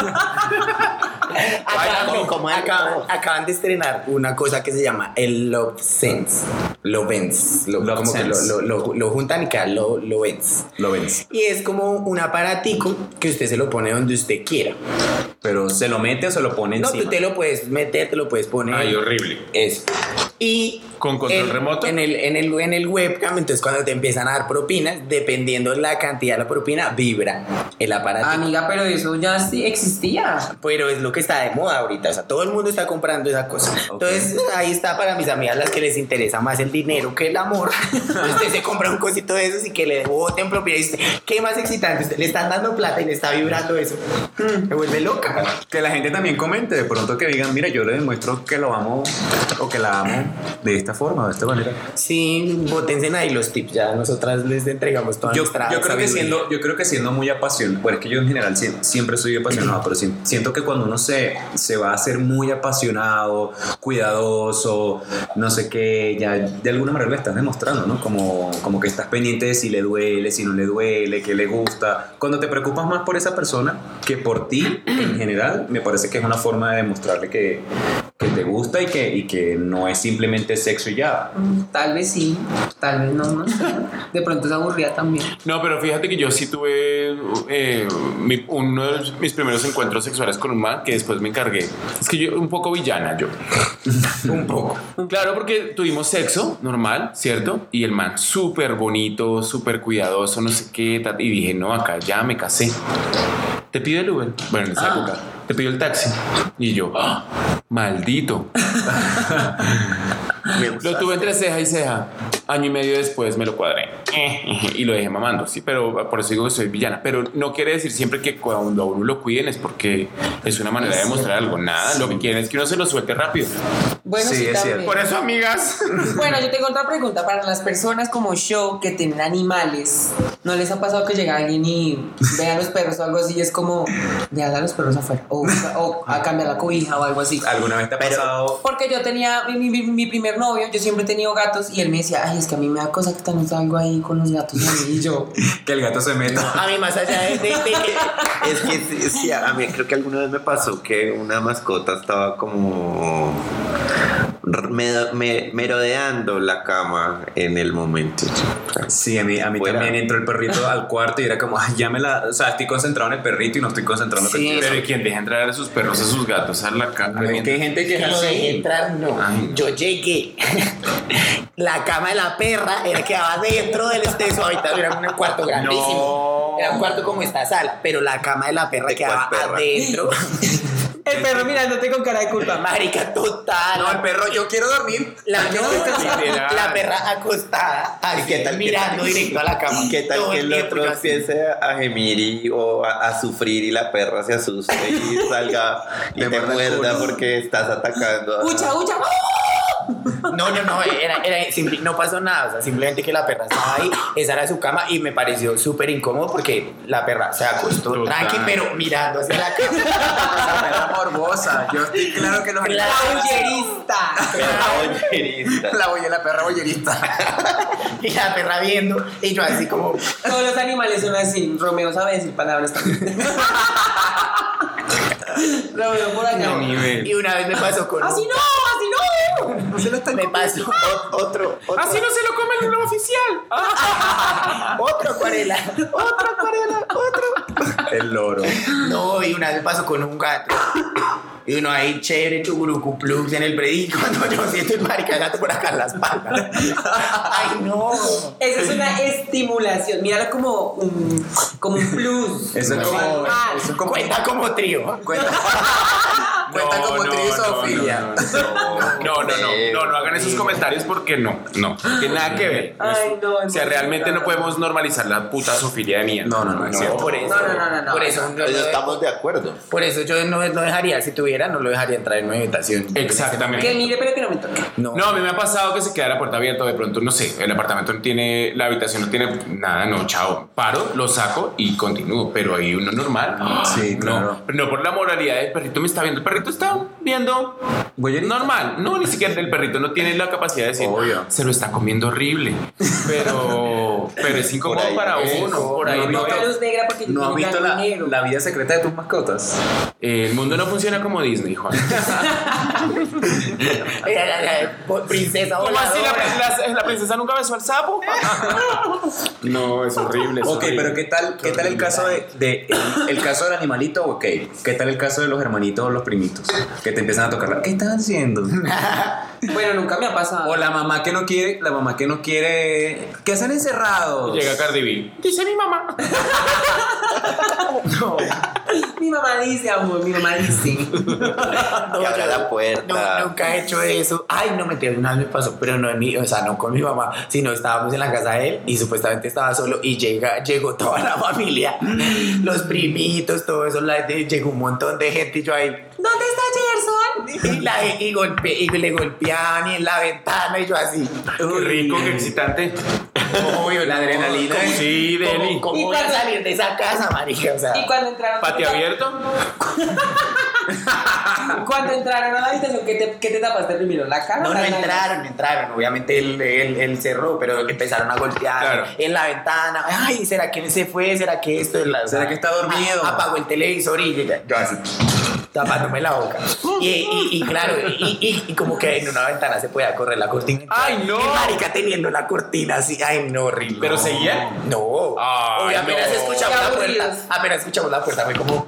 [SPEAKER 6] acaban, acaban- acaban de estrenar una cosa que se llama el Love Sense. Lo vens. Lo,
[SPEAKER 3] Love
[SPEAKER 6] como que lo,
[SPEAKER 3] Sense.
[SPEAKER 6] lo- lo- lo juntan y queda lo, lo vens.
[SPEAKER 3] Lo ves.
[SPEAKER 6] Y es como un aparatico que usted se lo pone donde usted quiera.
[SPEAKER 2] Pero se lo mete o se lo pone
[SPEAKER 6] No,
[SPEAKER 2] encima.
[SPEAKER 6] tú te lo puedes meter, te lo puedes poner.
[SPEAKER 5] Ay, horrible.
[SPEAKER 6] Eso. Y
[SPEAKER 5] ¿Con control
[SPEAKER 6] en-
[SPEAKER 5] remoto?
[SPEAKER 6] En el, en, el, en el webcam, entonces cuando te empiezan a dar propinas, dependiendo la cantidad de la propina, vibra el aparato.
[SPEAKER 2] Ah,
[SPEAKER 4] Amiga, pero eso ya sí existía.
[SPEAKER 6] Pero es lo que está de moda ahorita, o sea, todo el mundo está comprando esa cosa. Entonces ahí está para mis amigas las que les interesa más el dinero que el amor. usted se compra un cosito de esos y que le boten propina y usted, ¿qué más excitante? Usted le están dando plata y le está vibrando eso. Mm, Me vuelve loca.
[SPEAKER 2] Que la gente también comente, de pronto que digan, mira, yo le demuestro que lo amo o que la amo de esta forma, de esta manera.
[SPEAKER 6] Sí, botense ahí los tips, ya nosotras les entregamos toda
[SPEAKER 2] Yo,
[SPEAKER 6] nuestra
[SPEAKER 2] yo creo que
[SPEAKER 6] sabiduría.
[SPEAKER 2] siendo, yo creo que siendo muy apasionado, bueno, es que yo en general sie- siempre, soy apasionado, pero si- siento que cuando uno se, se va a ser muy apasionado, cuidadoso, no sé qué, ya de alguna manera le estás demostrando, ¿no? Como, como que estás pendiente de si le duele, si no le duele, qué le gusta. Cuando te preocupas más por esa persona que por ti en general, me parece que es una forma de demostrarle que, que te gusta y que, y que no es simplemente sexo y ya.
[SPEAKER 4] Mm, Tal vez sí, tal vez no. no sé. De pronto se aburría también.
[SPEAKER 5] No, pero fíjate que yo sí tuve eh, mi- uno de mis primeros encuentros sexuales con un man que después me encargué. Es que yo, un poco villana yo. un poco. Claro, porque tuvimos sexo normal, ¿cierto? Y el man súper bonito, súper cuidadoso, no sé qué. ta- Y dije, no, acá ya me casé. Te pido el Uber. Bueno, en esa
[SPEAKER 4] Ah.
[SPEAKER 5] época. Te pido el taxi. Y yo, ¡ah! maldito. Lo tuve entre ceja y ceja. Año y medio después me lo cuadré. Y lo dejé mamando, sí, pero por eso digo que soy villana. Pero no quiere decir siempre que cuando a uno lo cuiden es porque es una manera de demostrar algo. Nada, lo que quieren es que uno se lo suelte rápido.
[SPEAKER 4] Bueno,
[SPEAKER 2] Sí,
[SPEAKER 4] sí,
[SPEAKER 2] es
[SPEAKER 4] también.
[SPEAKER 5] Por eso, amigas.
[SPEAKER 4] Bueno, yo tengo otra pregunta. Para las personas como yo que tienen animales, ¿no les ha pasado que llega alguien y ve a los perros o algo así y es como, vean a los perros afuera? O, o a cambiar la cobija o algo así.
[SPEAKER 2] ¿Alguna vez te ha pasado?
[SPEAKER 4] Porque yo tenía mi, mi- mi- mi primer novio, yo siempre he tenido gatos y él me decía, ay, es que a mí me da cosa que también salgo ahí con los gatos ahí", y yo.
[SPEAKER 2] Que el gato se meta.
[SPEAKER 6] A mí más allá de, de- de-
[SPEAKER 7] Es que sí, sí, a mí creo que alguna vez me pasó que una mascota estaba como me- me- merodeando la cama en el momento.
[SPEAKER 2] Sí, a mí, a mí
[SPEAKER 7] Fuera.
[SPEAKER 2] también entró el perrito al cuarto y era como, ay, ya me la. O sea, estoy concentrado en el perrito y no estoy concentrado en lo que
[SPEAKER 5] Pero ¿y quién deja entrar a sus perros, a sus gatos, a la cama?
[SPEAKER 2] estoy- Es que hay gente que es
[SPEAKER 6] Lo dejé
[SPEAKER 2] así.
[SPEAKER 6] entrar, no.
[SPEAKER 7] Ah,
[SPEAKER 6] Yo llegué. la cama de la perra era quedaba dentro del este su habitación. Era un cuarto grandísimo. Era un cuarto como esta sala. Pero la cama de la perra
[SPEAKER 7] ¿De
[SPEAKER 6] quedaba
[SPEAKER 7] cuál perra?
[SPEAKER 6] adentro.
[SPEAKER 4] El perro mirándote con cara de culpa.
[SPEAKER 6] Marica, total.
[SPEAKER 3] No, el perro, yo quiero dormir.
[SPEAKER 6] La,
[SPEAKER 5] Literal.
[SPEAKER 6] la perra acostada, así,
[SPEAKER 7] ¿Qué tal que-
[SPEAKER 6] mirando directo a la cama.
[SPEAKER 7] ¿Qué tal
[SPEAKER 6] Todo
[SPEAKER 7] que el
[SPEAKER 6] tiempo
[SPEAKER 7] otro
[SPEAKER 6] yo así.
[SPEAKER 7] empiece a gemir y- o a, a sufrir y la perra se asuste y salga y
[SPEAKER 2] Le
[SPEAKER 7] te
[SPEAKER 2] muerde el
[SPEAKER 7] muerda
[SPEAKER 2] culo.
[SPEAKER 7] porque estás atacando? a-
[SPEAKER 4] Ucha, ucha.
[SPEAKER 6] No, no, no, era, era simple- no pasó nada, o sea, simplemente que la perra estaba ahí, esa era su cama y me pareció súper incómodo porque la perra se acostó
[SPEAKER 5] Total.
[SPEAKER 6] tranqui, pero mirando hacia la cama.
[SPEAKER 3] La perra morbosa. Yo estoy claro que los
[SPEAKER 4] La bollerista.
[SPEAKER 7] bollerista.
[SPEAKER 3] La bolle- la perra bollerista.
[SPEAKER 6] y la perra viendo y yo así como...
[SPEAKER 4] Todos los animales son así. Romeo sabe decir palabras también. Romeo por acá.
[SPEAKER 2] Ah,
[SPEAKER 6] Y una vez me pasó con...
[SPEAKER 4] ¡Así no! ¡Así no!
[SPEAKER 3] No se lo están
[SPEAKER 6] Me pasó o- otro, otro,
[SPEAKER 5] Así no se lo comen en un oficial.
[SPEAKER 6] otro acuarela, otro acuarela, otro.
[SPEAKER 2] El loro.
[SPEAKER 6] No, y una vez paso con un gato. Y uno ahí, chévere, chugurucu, plux en el predil. Cuando yo siento el marica gato por acá en la espalda. Ay, no.
[SPEAKER 4] Esa es una estimulación. Míralo como un, como un plus.
[SPEAKER 2] Eso es como-
[SPEAKER 4] Ah,
[SPEAKER 3] Eso es como.
[SPEAKER 6] Cuenta como trío.
[SPEAKER 3] Cuenta, cuenta como trisofilia.
[SPEAKER 5] No, no, no, no, no, no hagan esos comentarios porque no, no, no tiene nada que ver.
[SPEAKER 4] Ay, no,
[SPEAKER 5] o sea,
[SPEAKER 4] no,
[SPEAKER 5] realmente no podemos normalizar la puta sofilia de mía.
[SPEAKER 2] No, no, no, es cierto.
[SPEAKER 6] por eso.
[SPEAKER 4] No, no, no, no, no.
[SPEAKER 6] Por eso, no,
[SPEAKER 7] Pero estamos de acuerdo.
[SPEAKER 6] por eso yo no, no dejaría, si tuviera, no lo dejaría entrar en una habitación.
[SPEAKER 4] Que
[SPEAKER 5] Exactamente.
[SPEAKER 4] mire, pero que no me toque.
[SPEAKER 6] No.
[SPEAKER 5] No, a mí me ha pasado que se queda la puerta abierta, de pronto, no sé, el apartamento no tiene, la habitación no tiene nada, no, chao. Paro, lo saco y continúo, pero ahí uno normal.
[SPEAKER 2] Sí,
[SPEAKER 5] no,
[SPEAKER 2] claro.
[SPEAKER 5] pero no por la moralidad del perrito me está viendo, el perrito está viendo normal, no, ni siquiera el perrito no tiene la capacidad de decir,
[SPEAKER 2] Obvio.
[SPEAKER 5] se lo está comiendo horrible, pero, pero es incómodo
[SPEAKER 7] Por ahí
[SPEAKER 5] para
[SPEAKER 7] no.
[SPEAKER 5] uno, por ahí
[SPEAKER 4] No,
[SPEAKER 5] no.
[SPEAKER 4] la luz negra porque
[SPEAKER 2] ¿No
[SPEAKER 4] yo
[SPEAKER 2] has
[SPEAKER 4] tengo
[SPEAKER 2] visto
[SPEAKER 4] gato
[SPEAKER 2] la,
[SPEAKER 4] negro.
[SPEAKER 2] la vida secreta de tus mascotas?
[SPEAKER 5] Eh, el mundo no funciona como Disney, Juan.
[SPEAKER 6] Eh, eh, eh, po- princesa
[SPEAKER 5] ¿Cómo así la,
[SPEAKER 6] voladora.
[SPEAKER 5] la- la princesa nunca besó al sapo? no, es horrible. es
[SPEAKER 2] Ok,
[SPEAKER 5] horrible.
[SPEAKER 2] pero ¿qué tal, qué tal el caso de, de- el, el caso del animalito? Ok, ¿qué tal el caso de los hermanitos o los primitos que te empiezan a tocar? la- ¿Qué estás haciendo?
[SPEAKER 4] Bueno, nunca me ha pasado.
[SPEAKER 2] O la mamá que no quiere, la mamá que no quiere, ¿qué hacen encerrados?
[SPEAKER 5] Llega Cardi B. Dice mi mamá.
[SPEAKER 4] Mi mamá dice, amor, mi mamá dice.
[SPEAKER 6] No,
[SPEAKER 7] Que abra
[SPEAKER 6] yo
[SPEAKER 7] la puerta.
[SPEAKER 5] Ah.
[SPEAKER 6] no, nunca he hecho eso. Ay, no me entiendo, una vez me pasó, pero no en mi, o sea, no con mi mamá, sino estábamos en la casa de él y supuestamente estaba solo y llega, llegó toda la familia, los primitos, todo eso, la, de- llegó un montón de gente y yo ahí.
[SPEAKER 4] ¿Dónde está Gerson?
[SPEAKER 6] Y, la- y golpe, y le golpeaban y en la ventana y yo así.
[SPEAKER 5] Qué
[SPEAKER 6] uy,
[SPEAKER 5] rico, qué excitante.
[SPEAKER 6] Obvio, la adrenalina.
[SPEAKER 5] ¿Cómo?
[SPEAKER 6] de-
[SPEAKER 5] Sí,
[SPEAKER 6] ¿cómo-
[SPEAKER 5] Deli.
[SPEAKER 6] ¿Cómo
[SPEAKER 4] Y
[SPEAKER 6] voy a
[SPEAKER 4] cuando-
[SPEAKER 6] salir de esa casa, marica? O sea,
[SPEAKER 4] Y cuando entraron.
[SPEAKER 5] Pati abierto.
[SPEAKER 4] Cuando entraron a la habitación, ¿qué te, qué te tapaste primero? ¿La cara?
[SPEAKER 6] No,
[SPEAKER 4] o
[SPEAKER 6] no
[SPEAKER 4] la nariz?
[SPEAKER 6] entraron, entraron. Obviamente él, él- él cerró, pero empezaron a golpear
[SPEAKER 5] Claro.
[SPEAKER 6] en la ventana. Ay, ¿será que se fue? ¿Será que esto? La-
[SPEAKER 2] ¿Será que está dormido?
[SPEAKER 6] A- apagó el televisor y yo, yo así, tapándome la boca. Y, y- y claro, y, y- y como que en una ventana se podía correr la cortina.
[SPEAKER 5] ¡Ay, no!
[SPEAKER 6] Y marica teniendo la cortina así. Ay, no, horrible.
[SPEAKER 5] ¿Pero seguía?
[SPEAKER 6] No.
[SPEAKER 5] Ay,
[SPEAKER 6] Oye, apenas
[SPEAKER 5] no.
[SPEAKER 6] escuchamos
[SPEAKER 4] Qué
[SPEAKER 6] la puerta.
[SPEAKER 4] aburridos.
[SPEAKER 6] Apenas escuchamos la puerta. Fue como.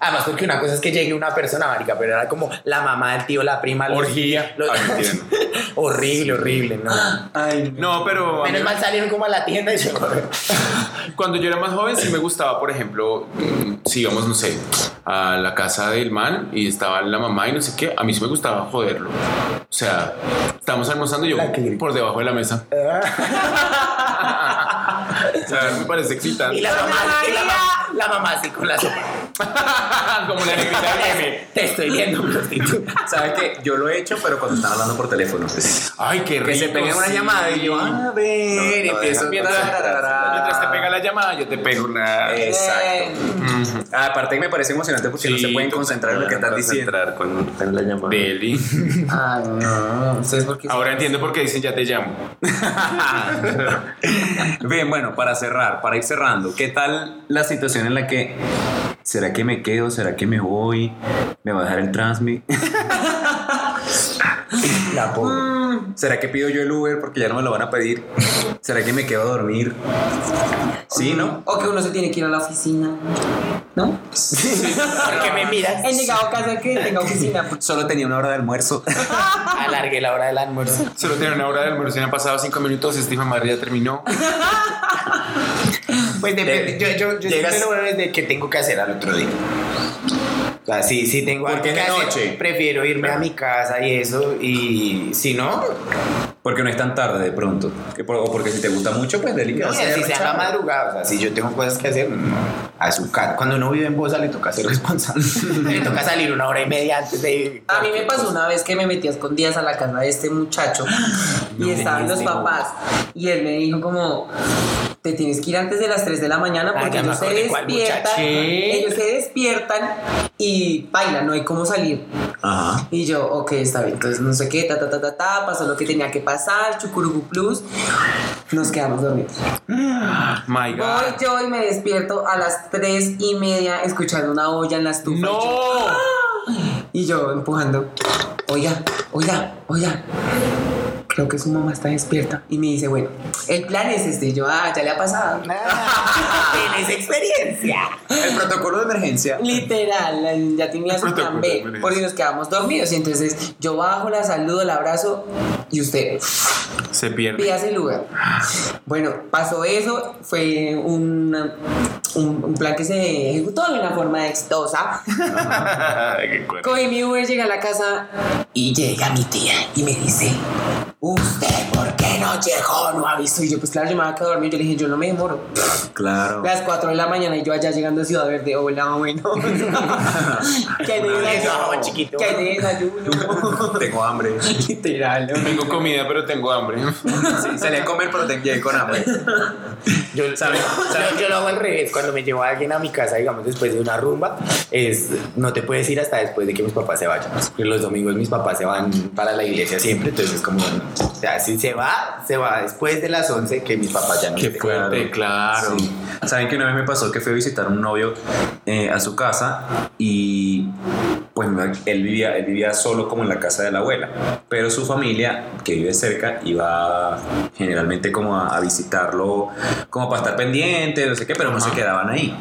[SPEAKER 6] Además, porque una cosa es que llegue una persona, marica, pero era como la mamá, el tío, la prima. los-
[SPEAKER 5] Orgía.
[SPEAKER 6] los-
[SPEAKER 5] Ay, entiendo.
[SPEAKER 6] horrible, horrible, no.
[SPEAKER 2] Ah.
[SPEAKER 5] No, pero a mí-
[SPEAKER 6] Menos mal salieron como a la tienda y yo.
[SPEAKER 5] cuando yo era más joven sí me gustaba, por ejemplo, mm, si íbamos, no sé, a la casa del man y estaba la mamá y no sé qué, a mí sí me gustaba joderlo. O sea, estamos almorzando y yo
[SPEAKER 6] La que-
[SPEAKER 5] por debajo de la mesa.
[SPEAKER 6] Ah.
[SPEAKER 5] o sea, me parece
[SPEAKER 6] Y
[SPEAKER 5] excitante.
[SPEAKER 6] la mamá,
[SPEAKER 4] María.
[SPEAKER 6] y la mamá, la mamá así con la sopa.
[SPEAKER 5] Como la negrita de meme.
[SPEAKER 6] Te estoy viendo, prostituta.
[SPEAKER 2] ¿Sabes qué? Yo lo he hecho, pero cuando están hablando por teléfono.
[SPEAKER 5] Ay, qué rico.
[SPEAKER 2] Que se pega una
[SPEAKER 5] sí.
[SPEAKER 2] llamada y yo, "Ah, a ver,
[SPEAKER 7] No, no,
[SPEAKER 2] empiezo
[SPEAKER 7] deja-
[SPEAKER 5] Mientras te pega la llamada, yo te pego una. Mm.
[SPEAKER 2] Eh, Exacto.
[SPEAKER 4] Eh,
[SPEAKER 5] Ujú.
[SPEAKER 2] Ah, Aparte que me parece emocionante porque
[SPEAKER 5] Sí,
[SPEAKER 2] no se pueden concentrar en lo que están diciendo.
[SPEAKER 7] concentrar cuando están en la llamada.
[SPEAKER 5] Deli.
[SPEAKER 2] Ah,
[SPEAKER 4] Ay, no. ¿Ustedes por qué?
[SPEAKER 5] Ahora entiendo por qué dicen ya te llamo.
[SPEAKER 2] Bien, bueno, para cerrar, para ir cerrando, ¿qué tal la situación en la que será que me quedo, será que me voy, me va a dejar el transmit,
[SPEAKER 6] La pobre.
[SPEAKER 2] será que pido yo el Uber porque ya no me lo van a pedir, será que me quedo a dormir, sí, ¿no?
[SPEAKER 4] O que uno se tiene que ir a la oficina. ¿No?
[SPEAKER 6] Porque me miras.
[SPEAKER 4] He llegado a casa que tenga oficina.
[SPEAKER 2] Solo tenía una hora de almuerzo.
[SPEAKER 6] Alargué la hora del almuerzo.
[SPEAKER 5] Solo tiene una hora de almuerzo y han pasado cinco minutos. este Stephen Madrid ya terminó.
[SPEAKER 6] Pues depende.
[SPEAKER 2] Eh,
[SPEAKER 6] Yo, yo, yo
[SPEAKER 2] llegas-
[SPEAKER 6] siempre lo veo desde qué tengo que hacer al otro día. O sea, sí, sí tengo
[SPEAKER 2] Porque
[SPEAKER 6] algo
[SPEAKER 2] es de
[SPEAKER 6] que hacer,
[SPEAKER 2] noche.
[SPEAKER 6] Prefiero irme a mi casa y eso. Y si no,
[SPEAKER 2] Porque no es tan tarde de pronto. Que por- o porque si te gusta mucho, pues
[SPEAKER 6] No,
[SPEAKER 2] delicado.
[SPEAKER 6] y así sea en la madrugada, o sea, si yo tengo cosas que hacer, no, a su casa. Cuando uno vive en Bosa le toca ser responsable. le toca salir una hora y media antes de...
[SPEAKER 4] A mí me pasó una vez que me metí a escondidas a la casa de este muchacho y estaban los papás y él me dijo como te tienes que ir antes de las 3 de la mañana
[SPEAKER 6] Ah,
[SPEAKER 4] porque
[SPEAKER 6] ya me
[SPEAKER 4] ellos se
[SPEAKER 6] acordé cuál
[SPEAKER 4] despiertan,
[SPEAKER 6] muchacho.
[SPEAKER 4] ellos se despiertan y bailan, no hay cómo salir.
[SPEAKER 2] Ajá.
[SPEAKER 4] Y yo, ok, está bien, entonces no sé qué, ta ta ta ta ta, pasó lo que tenía que pasar, chucurugu plus, nos quedamos dormidos.
[SPEAKER 5] My God.
[SPEAKER 4] Voy yo y me despierto a las 3 y media escuchando una olla en la estufa. Y yo,
[SPEAKER 5] ¡No!
[SPEAKER 4] y yo empujando. Oiga, oiga, oiga. Creo que su mamá está despierta. Y me dice, bueno, el plan es este. Y yo, ah, ya le ha pasado.
[SPEAKER 6] Tienes experiencia.
[SPEAKER 3] El protocolo de emergencia.
[SPEAKER 4] Literal, la- ya tenía su plan B. Porque nos quedamos dormidos. Y entonces yo bajo, la saludo, la abrazo. Y usted,
[SPEAKER 5] Se pierde.
[SPEAKER 4] pídase el lugar. Bueno, pasó eso. Fue un, un, un plan que se ejecutó de una forma exitosa.
[SPEAKER 5] Qué cuerda.
[SPEAKER 4] Cogí mi Uber, llegué a la casa y llega mi tía y me dice, ¿usted por qué no llegó? No avisó. Y yo, pues claro, yo me había quedado dormido. Yo le dije, yo no me demoro.
[SPEAKER 2] Claro.
[SPEAKER 4] Las 4 de la mañana y yo allá llegando a Ciudad Verde. Hola, bueno. que hay de desayuno?
[SPEAKER 6] chiquito.
[SPEAKER 4] Que hay de desayuno?
[SPEAKER 2] Tengo hambre.
[SPEAKER 4] Literal.
[SPEAKER 5] Tengo comida, pero tengo hambre.
[SPEAKER 3] Sí, se le come el protein shake con hambre.
[SPEAKER 6] Yo, yo- yo lo hago al revés. Cuando me llevo a alguien a mi casa, digamos, después de una rumba, es no te puedes ir hasta después de que mis papás se vayan. Porque los domingos mis papás se van para la iglesia siempre, entonces es como, o sea, si se va, se va después de las 11 que mis papás ya no
[SPEAKER 5] Qué
[SPEAKER 6] estén.
[SPEAKER 5] fuerte, claro.
[SPEAKER 2] Sí. Saben que una vez me pasó que fui a visitar a un novio eh, a su casa y pues no, él vivía, él vivía solo como en la casa de la abuela, pero su familia que vive cerca iba generalmente como a, a visitarlo como para estar pendiente, no sé qué, pero no se quedaban ahí.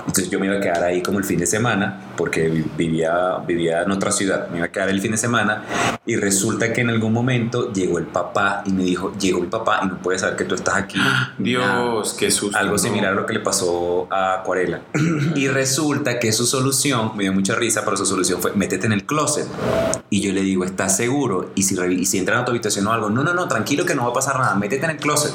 [SPEAKER 2] Entonces yo me iba a quedar ahí como el fin de semana, porque vi- vivía, vivía en otra ciudad, me iba a quedar el fin de semana y resulta que en algún momento llegó el papá y me dijo, llegó el papá y no puede saber que tú estás aquí.
[SPEAKER 5] Dios, qué susto.
[SPEAKER 2] Algo
[SPEAKER 5] ¿no?
[SPEAKER 2] similar a lo que le pasó a Acuarela. Y resulta que su solución, me dio mucha risa, pero su solución fue, métete en el closet. Y yo le digo, ¿estás seguro? Y si, revi- y si entran a tu habitación o algo, no, no, no, tranquilo que no va a pasar nada, métete en el closet.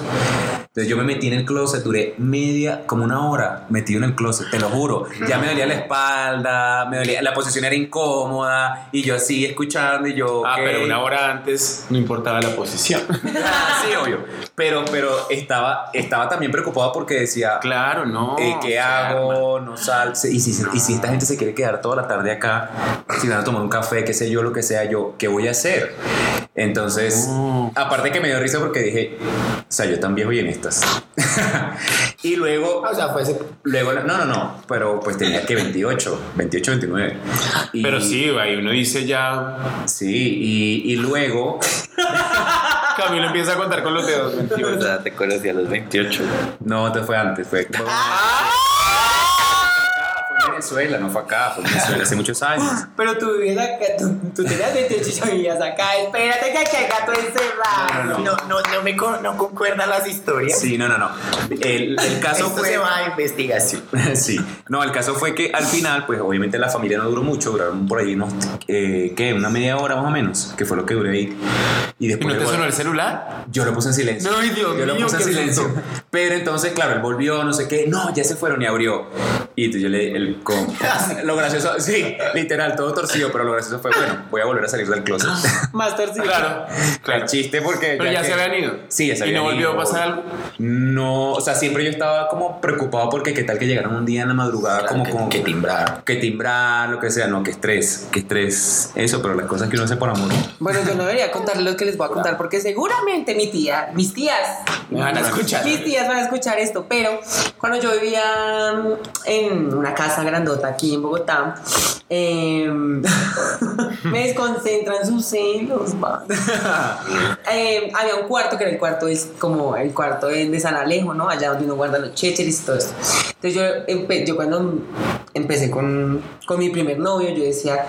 [SPEAKER 2] Entonces yo me metí en el closet, duré media, como una hora metido en el closet, te lo juro. Ya me dolía la espalda, me dolía, la posición era incómoda, y yo así escuchando, y yo...
[SPEAKER 5] Ah,
[SPEAKER 2] ok.
[SPEAKER 5] pero una hora antes no importaba la posición.
[SPEAKER 2] sí, obvio. Pero, pero estaba, estaba también preocupado porque decía,
[SPEAKER 5] Claro, no.
[SPEAKER 2] eh, ¿Qué
[SPEAKER 5] se arma.
[SPEAKER 2] hago? No sal. se- Y si, y si esta gente se quiere quedar toda la tarde acá, si van a tomar un café, qué sé yo, lo que sea, yo, ¿qué voy a hacer? Entonces,
[SPEAKER 5] No.
[SPEAKER 2] aparte que me dio risa porque dije, o sea, yo tan viejo y en estas. y luego,
[SPEAKER 6] O sea, fue ese-
[SPEAKER 2] luego, no, no, no, pero pues tenía que 28, 28, 29. Y-
[SPEAKER 5] Pero sí, ahí uno dice ya.
[SPEAKER 2] Sí, y, y luego,
[SPEAKER 5] Camilo empieza a contar con los dedos. 28.
[SPEAKER 7] O sea, te conocí a los 28.
[SPEAKER 2] no, te fue antes,
[SPEAKER 5] Ah.
[SPEAKER 2] fue. fue- fue en Venezuela, no fue acá, fue en Venezuela hace muchos años.
[SPEAKER 4] Pero tú vivías acá, tú, tú tenías 28 y yo vivías acá. Espérate que aquí hay gato encerrado.
[SPEAKER 6] No, no, no me con- no concuerdan las historias.
[SPEAKER 2] Sí, no, no, no. El, el caso
[SPEAKER 6] Esto
[SPEAKER 2] fue.
[SPEAKER 6] Este se va a investigación.
[SPEAKER 2] Sí, no, el caso fue que al final, pues obviamente la familia no duró mucho, duraron por ahí unos, eh, ¿qué? Una media hora más o menos, que fue lo que duré ahí. Y
[SPEAKER 5] ¿Y
[SPEAKER 2] después
[SPEAKER 5] no te
[SPEAKER 2] llegó-
[SPEAKER 5] sonó el celular?
[SPEAKER 2] yo lo puse en silencio.
[SPEAKER 5] No, ay, Dios
[SPEAKER 2] Yo lo
[SPEAKER 5] mío,
[SPEAKER 2] puse en
[SPEAKER 5] qué
[SPEAKER 2] silencio.
[SPEAKER 5] susto.
[SPEAKER 2] Pero entonces, claro, él volvió, no sé qué, no, ya se fueron y abrió. Y entonces yo le, el, con, lo gracioso, sí, literal, todo torcido, pero lo gracioso fue, bueno, voy a volver a salir del closet.
[SPEAKER 4] Más torcido.
[SPEAKER 5] Claro,
[SPEAKER 2] El
[SPEAKER 5] Ah, claro.
[SPEAKER 2] chiste porque...
[SPEAKER 5] Pero ya
[SPEAKER 2] que-
[SPEAKER 5] se habían ido.
[SPEAKER 2] Sí, ya se
[SPEAKER 5] ¿Y no
[SPEAKER 2] habían
[SPEAKER 5] volvió a
[SPEAKER 2] ido.
[SPEAKER 5] pasar algo?
[SPEAKER 2] No, o sea, siempre yo estaba como preocupado porque qué tal que llegaron un día en la madrugada como
[SPEAKER 6] que-
[SPEAKER 2] con-
[SPEAKER 6] que timbrar.
[SPEAKER 2] Que timbrar, lo que sea, no, que estrés, que estrés, eso, pero las cosas que uno hace por amor.
[SPEAKER 4] Bueno, yo no debería contar lo que les voy a contar porque seguramente mi tía, mis tías,
[SPEAKER 6] Me van a escuchar.
[SPEAKER 4] mis tías van a escuchar esto, pero cuando yo vivía mm, en una casa grandota aquí en Bogotá, em, me desconcentran sus celos, va. Em, había un cuarto que era el cuarto es como el cuarto de, de San Alejo, ¿no? Allá donde uno guarda los chécheres y todo esto. Entonces em-, yo, empe- yo cuando empecé con, con mi primer novio, yo decía,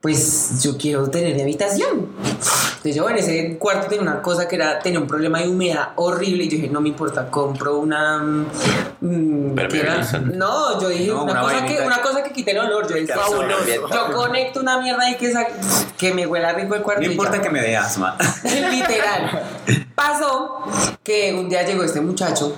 [SPEAKER 4] pues yo quiero tener mi habitación. Entonces yo en ese cuarto tenía una cosa que era tenía un problema de humedad horrible y yo dije, no me importa, compro una... mm, ¿qué era?
[SPEAKER 7] Impermeabilizante.
[SPEAKER 4] No, yo dije,
[SPEAKER 3] No,
[SPEAKER 4] una,
[SPEAKER 3] una
[SPEAKER 4] cosa
[SPEAKER 3] vainita.
[SPEAKER 4] que, una cosa que quite el olor. Yo dije,
[SPEAKER 7] absorbe
[SPEAKER 4] fabuloso.
[SPEAKER 7] bien.
[SPEAKER 4] Yo conecto una mierda ahí que, sa- que me huela rico el cuarto.
[SPEAKER 3] No
[SPEAKER 4] y
[SPEAKER 3] importa
[SPEAKER 4] ya.
[SPEAKER 3] que me dé asma.
[SPEAKER 4] Literal. Pasó que un día llegó este muchacho,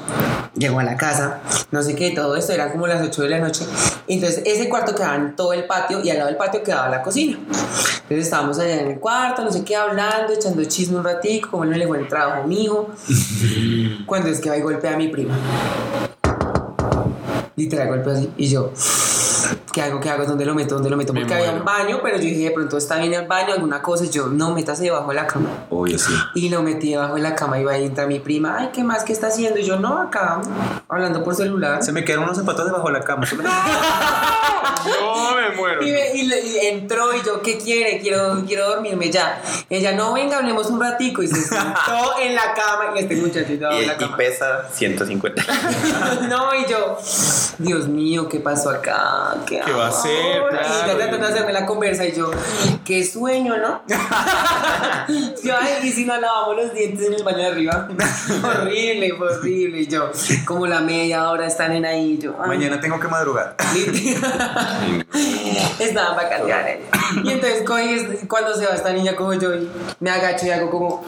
[SPEAKER 4] llegó a la casa, no sé qué, todo esto, eran como las 8 de la noche. Entonces, ese cuarto quedaba en todo el patio y al lado del patio quedaba la cocina. Entonces, estábamos allá en el cuarto, no sé qué, hablando, echando chisme un ratico, como no le fue el trabajo a mi hijo. Cuando es que va y golpea a mi prima. Literal, golpea así. Y yo, ¿qué hago? ¿Qué hago? ¿Dónde lo meto? ¿Dónde lo meto?
[SPEAKER 5] Me
[SPEAKER 4] Porque había un
[SPEAKER 5] muero.
[SPEAKER 4] baño, pero yo dije, de pronto está bien el baño, alguna cosa. Y yo, no, métase debajo de la cama.
[SPEAKER 2] Obvio, sí.
[SPEAKER 4] Y lo metí debajo de la cama y va y entra mi prima. Ay, ¿qué más? ¿Qué está haciendo? Y yo, no, acá, hablando por celular.
[SPEAKER 3] Se me quedaron unos zapatos debajo de la cama.
[SPEAKER 5] Yo me muero.
[SPEAKER 4] Y, me- y le- y entró y yo, ¿qué quiere? Quiero, quiero dormirme ya. Ella, no, venga, hablemos un ratico. Y se sentó en la cama y este muchacho debajo de
[SPEAKER 7] Y,
[SPEAKER 4] la
[SPEAKER 7] y
[SPEAKER 4] cama.
[SPEAKER 7] pesa 150.
[SPEAKER 4] no, y yo, Dios mío, ¿qué pasó acá? ¿Qué,
[SPEAKER 5] ¿Qué va a
[SPEAKER 4] hago
[SPEAKER 5] hacer?
[SPEAKER 4] ahora?" Y
[SPEAKER 5] Claro.
[SPEAKER 4] ya tratando de hacerme la conversa y yo, qué sueño, ¿no? yo, ay, y si no lavamos los dientes en el baño de arriba. horrible, fue horrible. Y yo, como la media hora están en ahí. y Yo, "Ah". ay,
[SPEAKER 3] Mañana tengo que madrugar.
[SPEAKER 4] Literal. Estaban vacaciones. ¿eh? Y entonces cogí es- cuando se va esta niña como yo, y me agacho y hago como...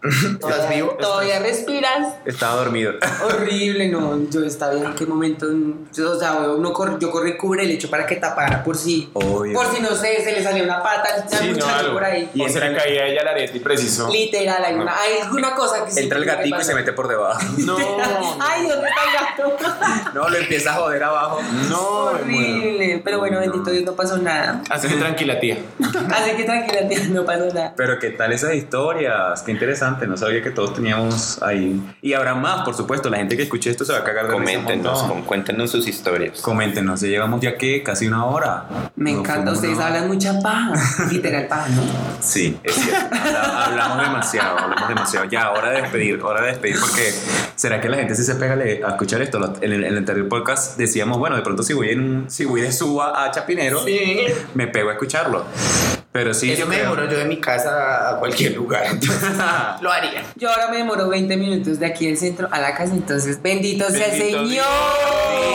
[SPEAKER 4] ¿Estás
[SPEAKER 6] vivo?
[SPEAKER 4] Todavía respiras.
[SPEAKER 6] Estaba dormido.
[SPEAKER 4] Horrible, no. Yo estaba bien, en qué momento. Yo, o sea, uno cor- yo corrí cubre el hecho para que tapara por si.
[SPEAKER 2] Obvio.
[SPEAKER 4] Por si no sé, se le salió una pata al
[SPEAKER 5] Sí,
[SPEAKER 4] al
[SPEAKER 5] no,
[SPEAKER 4] muchacho
[SPEAKER 5] algo.
[SPEAKER 4] por ahí.
[SPEAKER 5] O se le caía ella la arete y preciso.
[SPEAKER 4] Literal, hay una, hay alguna cosa que sí
[SPEAKER 3] Entra el
[SPEAKER 4] que me
[SPEAKER 3] gatito y
[SPEAKER 4] pasa.
[SPEAKER 3] se mete por debajo.
[SPEAKER 5] No,
[SPEAKER 4] Ay, ¿dónde está el gato?
[SPEAKER 3] No, lo empieza a joder abajo.
[SPEAKER 5] no. me muero.
[SPEAKER 4] Horrible. Pero bueno, bendito Dios, no pasó nada.
[SPEAKER 5] Así que tranquila, tía.
[SPEAKER 4] Así que tranquila, tía, no pasó nada.
[SPEAKER 2] Pero qué tal esas historias, qué interesante, no sabía que todos teníamos ahí. Y habrá más, por supuesto, la gente que escuche esto se va a cagar de risa un
[SPEAKER 7] Coméntenos,
[SPEAKER 2] montón.
[SPEAKER 7] con- cuéntenos sus historias.
[SPEAKER 2] Coméntenos, ya llevamos ya que casi una hora.
[SPEAKER 4] Me
[SPEAKER 2] No,
[SPEAKER 4] encanta,
[SPEAKER 2] fue
[SPEAKER 4] ustedes
[SPEAKER 2] una-
[SPEAKER 4] hablan mucha paja. Literal paja, ¿no?
[SPEAKER 2] Sí, es cierto. Habla- hablamos demasiado, hablamos demasiado. Ya, hora de despedir, hora de despedir, porque ¿será que la gente sí se pega le- a escuchar esto? Lo- En el, en el anterior podcast decíamos, bueno, de pronto si voy, en un- si voy de suba a Chapinero, me pego a escucharlo. Pero sí,
[SPEAKER 6] Eso me
[SPEAKER 2] creo-
[SPEAKER 6] demoro yo de mi casa a cualquier lugar. Lo haría.
[SPEAKER 4] Yo ahora me demoro 20 minutos de aquí del centro a la casa, entonces bendito, sea el
[SPEAKER 5] Bendito
[SPEAKER 4] Señor.
[SPEAKER 5] Dios.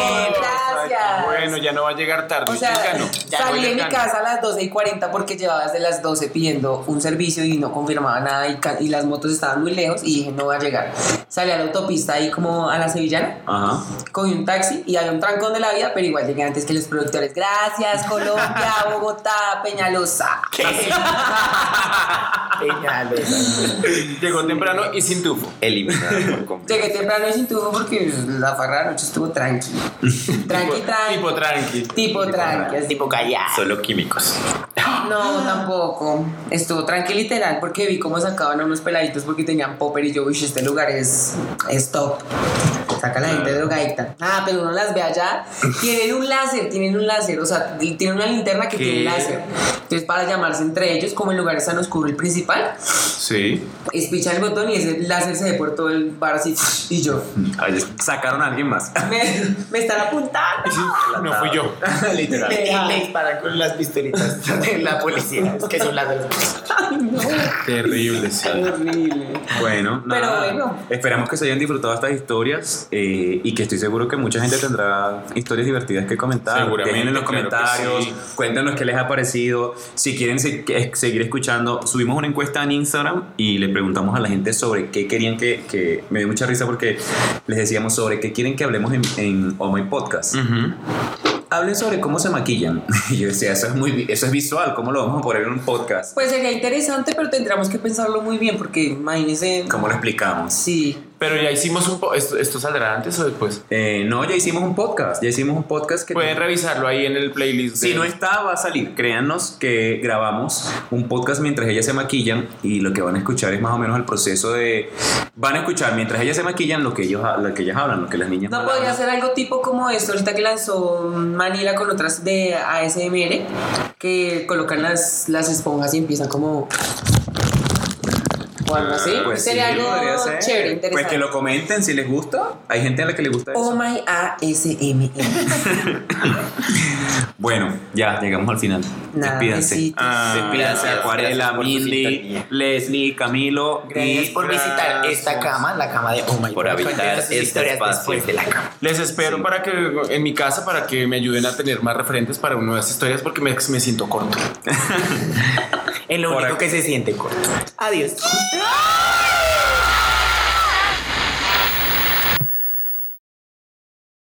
[SPEAKER 4] Gracias.
[SPEAKER 5] Bueno, ya no va a llegar tarde.
[SPEAKER 4] o sea,
[SPEAKER 5] ya ganó. Ya
[SPEAKER 4] salí
[SPEAKER 5] no
[SPEAKER 4] de mi
[SPEAKER 5] ganó.
[SPEAKER 4] casa a las 12 y 40 porque llevaba desde las 12 pidiendo un servicio y no confirmaba nada y, ca- y las motos estaban muy lejos y dije no voy a llegar. Salí a la autopista ahí como a la Sevillana
[SPEAKER 2] Ajá.
[SPEAKER 4] cogí un taxi y había un trancón de la vida, pero igual llegué antes que los productores. Gracias, Colombia, Bogotá, Peñalosa.
[SPEAKER 5] Llegó temprano y sin tufo.
[SPEAKER 7] Eliminada por completo.
[SPEAKER 4] Llegué temprano y sin tubo porque la farra anoche estuvo tranqui. Tranqui, tranqui.
[SPEAKER 5] Tipo tranqui.
[SPEAKER 4] Tipo tranqui, así. tipo callado.
[SPEAKER 7] Solo químicos.
[SPEAKER 4] No, tampoco. Estuvo tranqui literal porque vi cómo sacaban a unos peladitos porque tenían popper y yo, uy, este lugar es, es top. Saca a la gente drogadicta. Ah, pero uno las ve allá. Tienen un láser, tienen un láser. O sea, ti- tienen una linterna que tiene láser. Entonces, para llamarse entre ellos, como el lugar es tan oscuro, el principal,
[SPEAKER 2] Sí.
[SPEAKER 4] es pichar el botón y ese láser se ve por todo el bar así. Y yo,
[SPEAKER 2] Ay, sacaron a alguien más.
[SPEAKER 4] me, me están apuntando.
[SPEAKER 5] No fui yo.
[SPEAKER 6] Literal.
[SPEAKER 4] Literal.
[SPEAKER 6] Y le disparan con las pistolitas de la policía. Es que son las
[SPEAKER 4] Ay, no,
[SPEAKER 2] Terrible, sí.
[SPEAKER 4] horrible.
[SPEAKER 2] Bueno,
[SPEAKER 4] Pero
[SPEAKER 2] nada.
[SPEAKER 4] bueno.
[SPEAKER 2] Esperamos que se hayan disfrutado estas historias eh, y que estoy seguro que mucha gente tendrá historias divertidas que comentar.
[SPEAKER 5] Seguramente,
[SPEAKER 2] Dejen en los
[SPEAKER 5] claro que
[SPEAKER 2] comentarios,
[SPEAKER 5] sí.
[SPEAKER 2] cuéntanos qué les ha parecido. Si quieren se- que- seguir escuchando, subimos una encuesta en Instagram y le preguntamos a la gente sobre qué querían que, que- me dio mucha risa porque les decíamos sobre qué quieren que hablemos en, en Oh My Podcast.
[SPEAKER 5] Mm.
[SPEAKER 2] Hablen sobre cómo se maquillan. Y yo decía, eso es muy, vi- eso es visual. ¿Cómo lo vamos a poner en un podcast?
[SPEAKER 4] Pues sería interesante, pero tendríamos que pensarlo muy bien porque imagínense.
[SPEAKER 2] ¿Cómo lo explicamos?
[SPEAKER 4] Sí.
[SPEAKER 5] Pero ya hicimos un po ¿Esto, esto saldrá antes o después?
[SPEAKER 2] Eh, no, ya hicimos un podcast. Ya hicimos un podcast que.
[SPEAKER 5] Pueden revisarlo ahí en el playlist.
[SPEAKER 2] si
[SPEAKER 5] de-
[SPEAKER 2] no está, va a salir. Créannos que grabamos un podcast mientras ellas se maquillan y lo que van a escuchar es más o menos el proceso de. Van a escuchar mientras ellas se maquillan lo que, ellos, lo que ellas hablan, lo que las niñas
[SPEAKER 4] No
[SPEAKER 2] hablan.
[SPEAKER 4] podría ser algo tipo como esto, ahorita que lanzó Manila con otras de ASMR, que colocan las, las esponjas y empiezan como. o algo así.
[SPEAKER 3] Pues
[SPEAKER 4] Sería
[SPEAKER 3] sí, podría
[SPEAKER 4] algo
[SPEAKER 3] ser.
[SPEAKER 4] chévere,
[SPEAKER 3] Pues que
[SPEAKER 4] interesante.
[SPEAKER 3] lo comenten si les gusta. Hay gente a la que le gusta eso.
[SPEAKER 4] Oh my ASMR.
[SPEAKER 2] Bueno, ya llegamos al final.
[SPEAKER 4] Nada,
[SPEAKER 2] Despídanse.
[SPEAKER 4] besitos.
[SPEAKER 2] Despídanse,
[SPEAKER 7] gracias,
[SPEAKER 2] Acuarela,
[SPEAKER 7] gracias por tu
[SPEAKER 2] Mindy,
[SPEAKER 7] sintonía.
[SPEAKER 2] Leslie, Camilo.
[SPEAKER 6] Gracias por visitar esta cama, la cama de Oh My
[SPEAKER 7] Por
[SPEAKER 6] God.
[SPEAKER 7] habitar
[SPEAKER 6] Cuéntenos sus
[SPEAKER 7] este
[SPEAKER 6] historias
[SPEAKER 7] espacio.
[SPEAKER 6] después de la cama.
[SPEAKER 5] Les espero para que en mi casa para que me ayuden a tener más referentes para nuevas historias porque me, me siento corto.
[SPEAKER 6] En lo único que se siente corto. Adiós.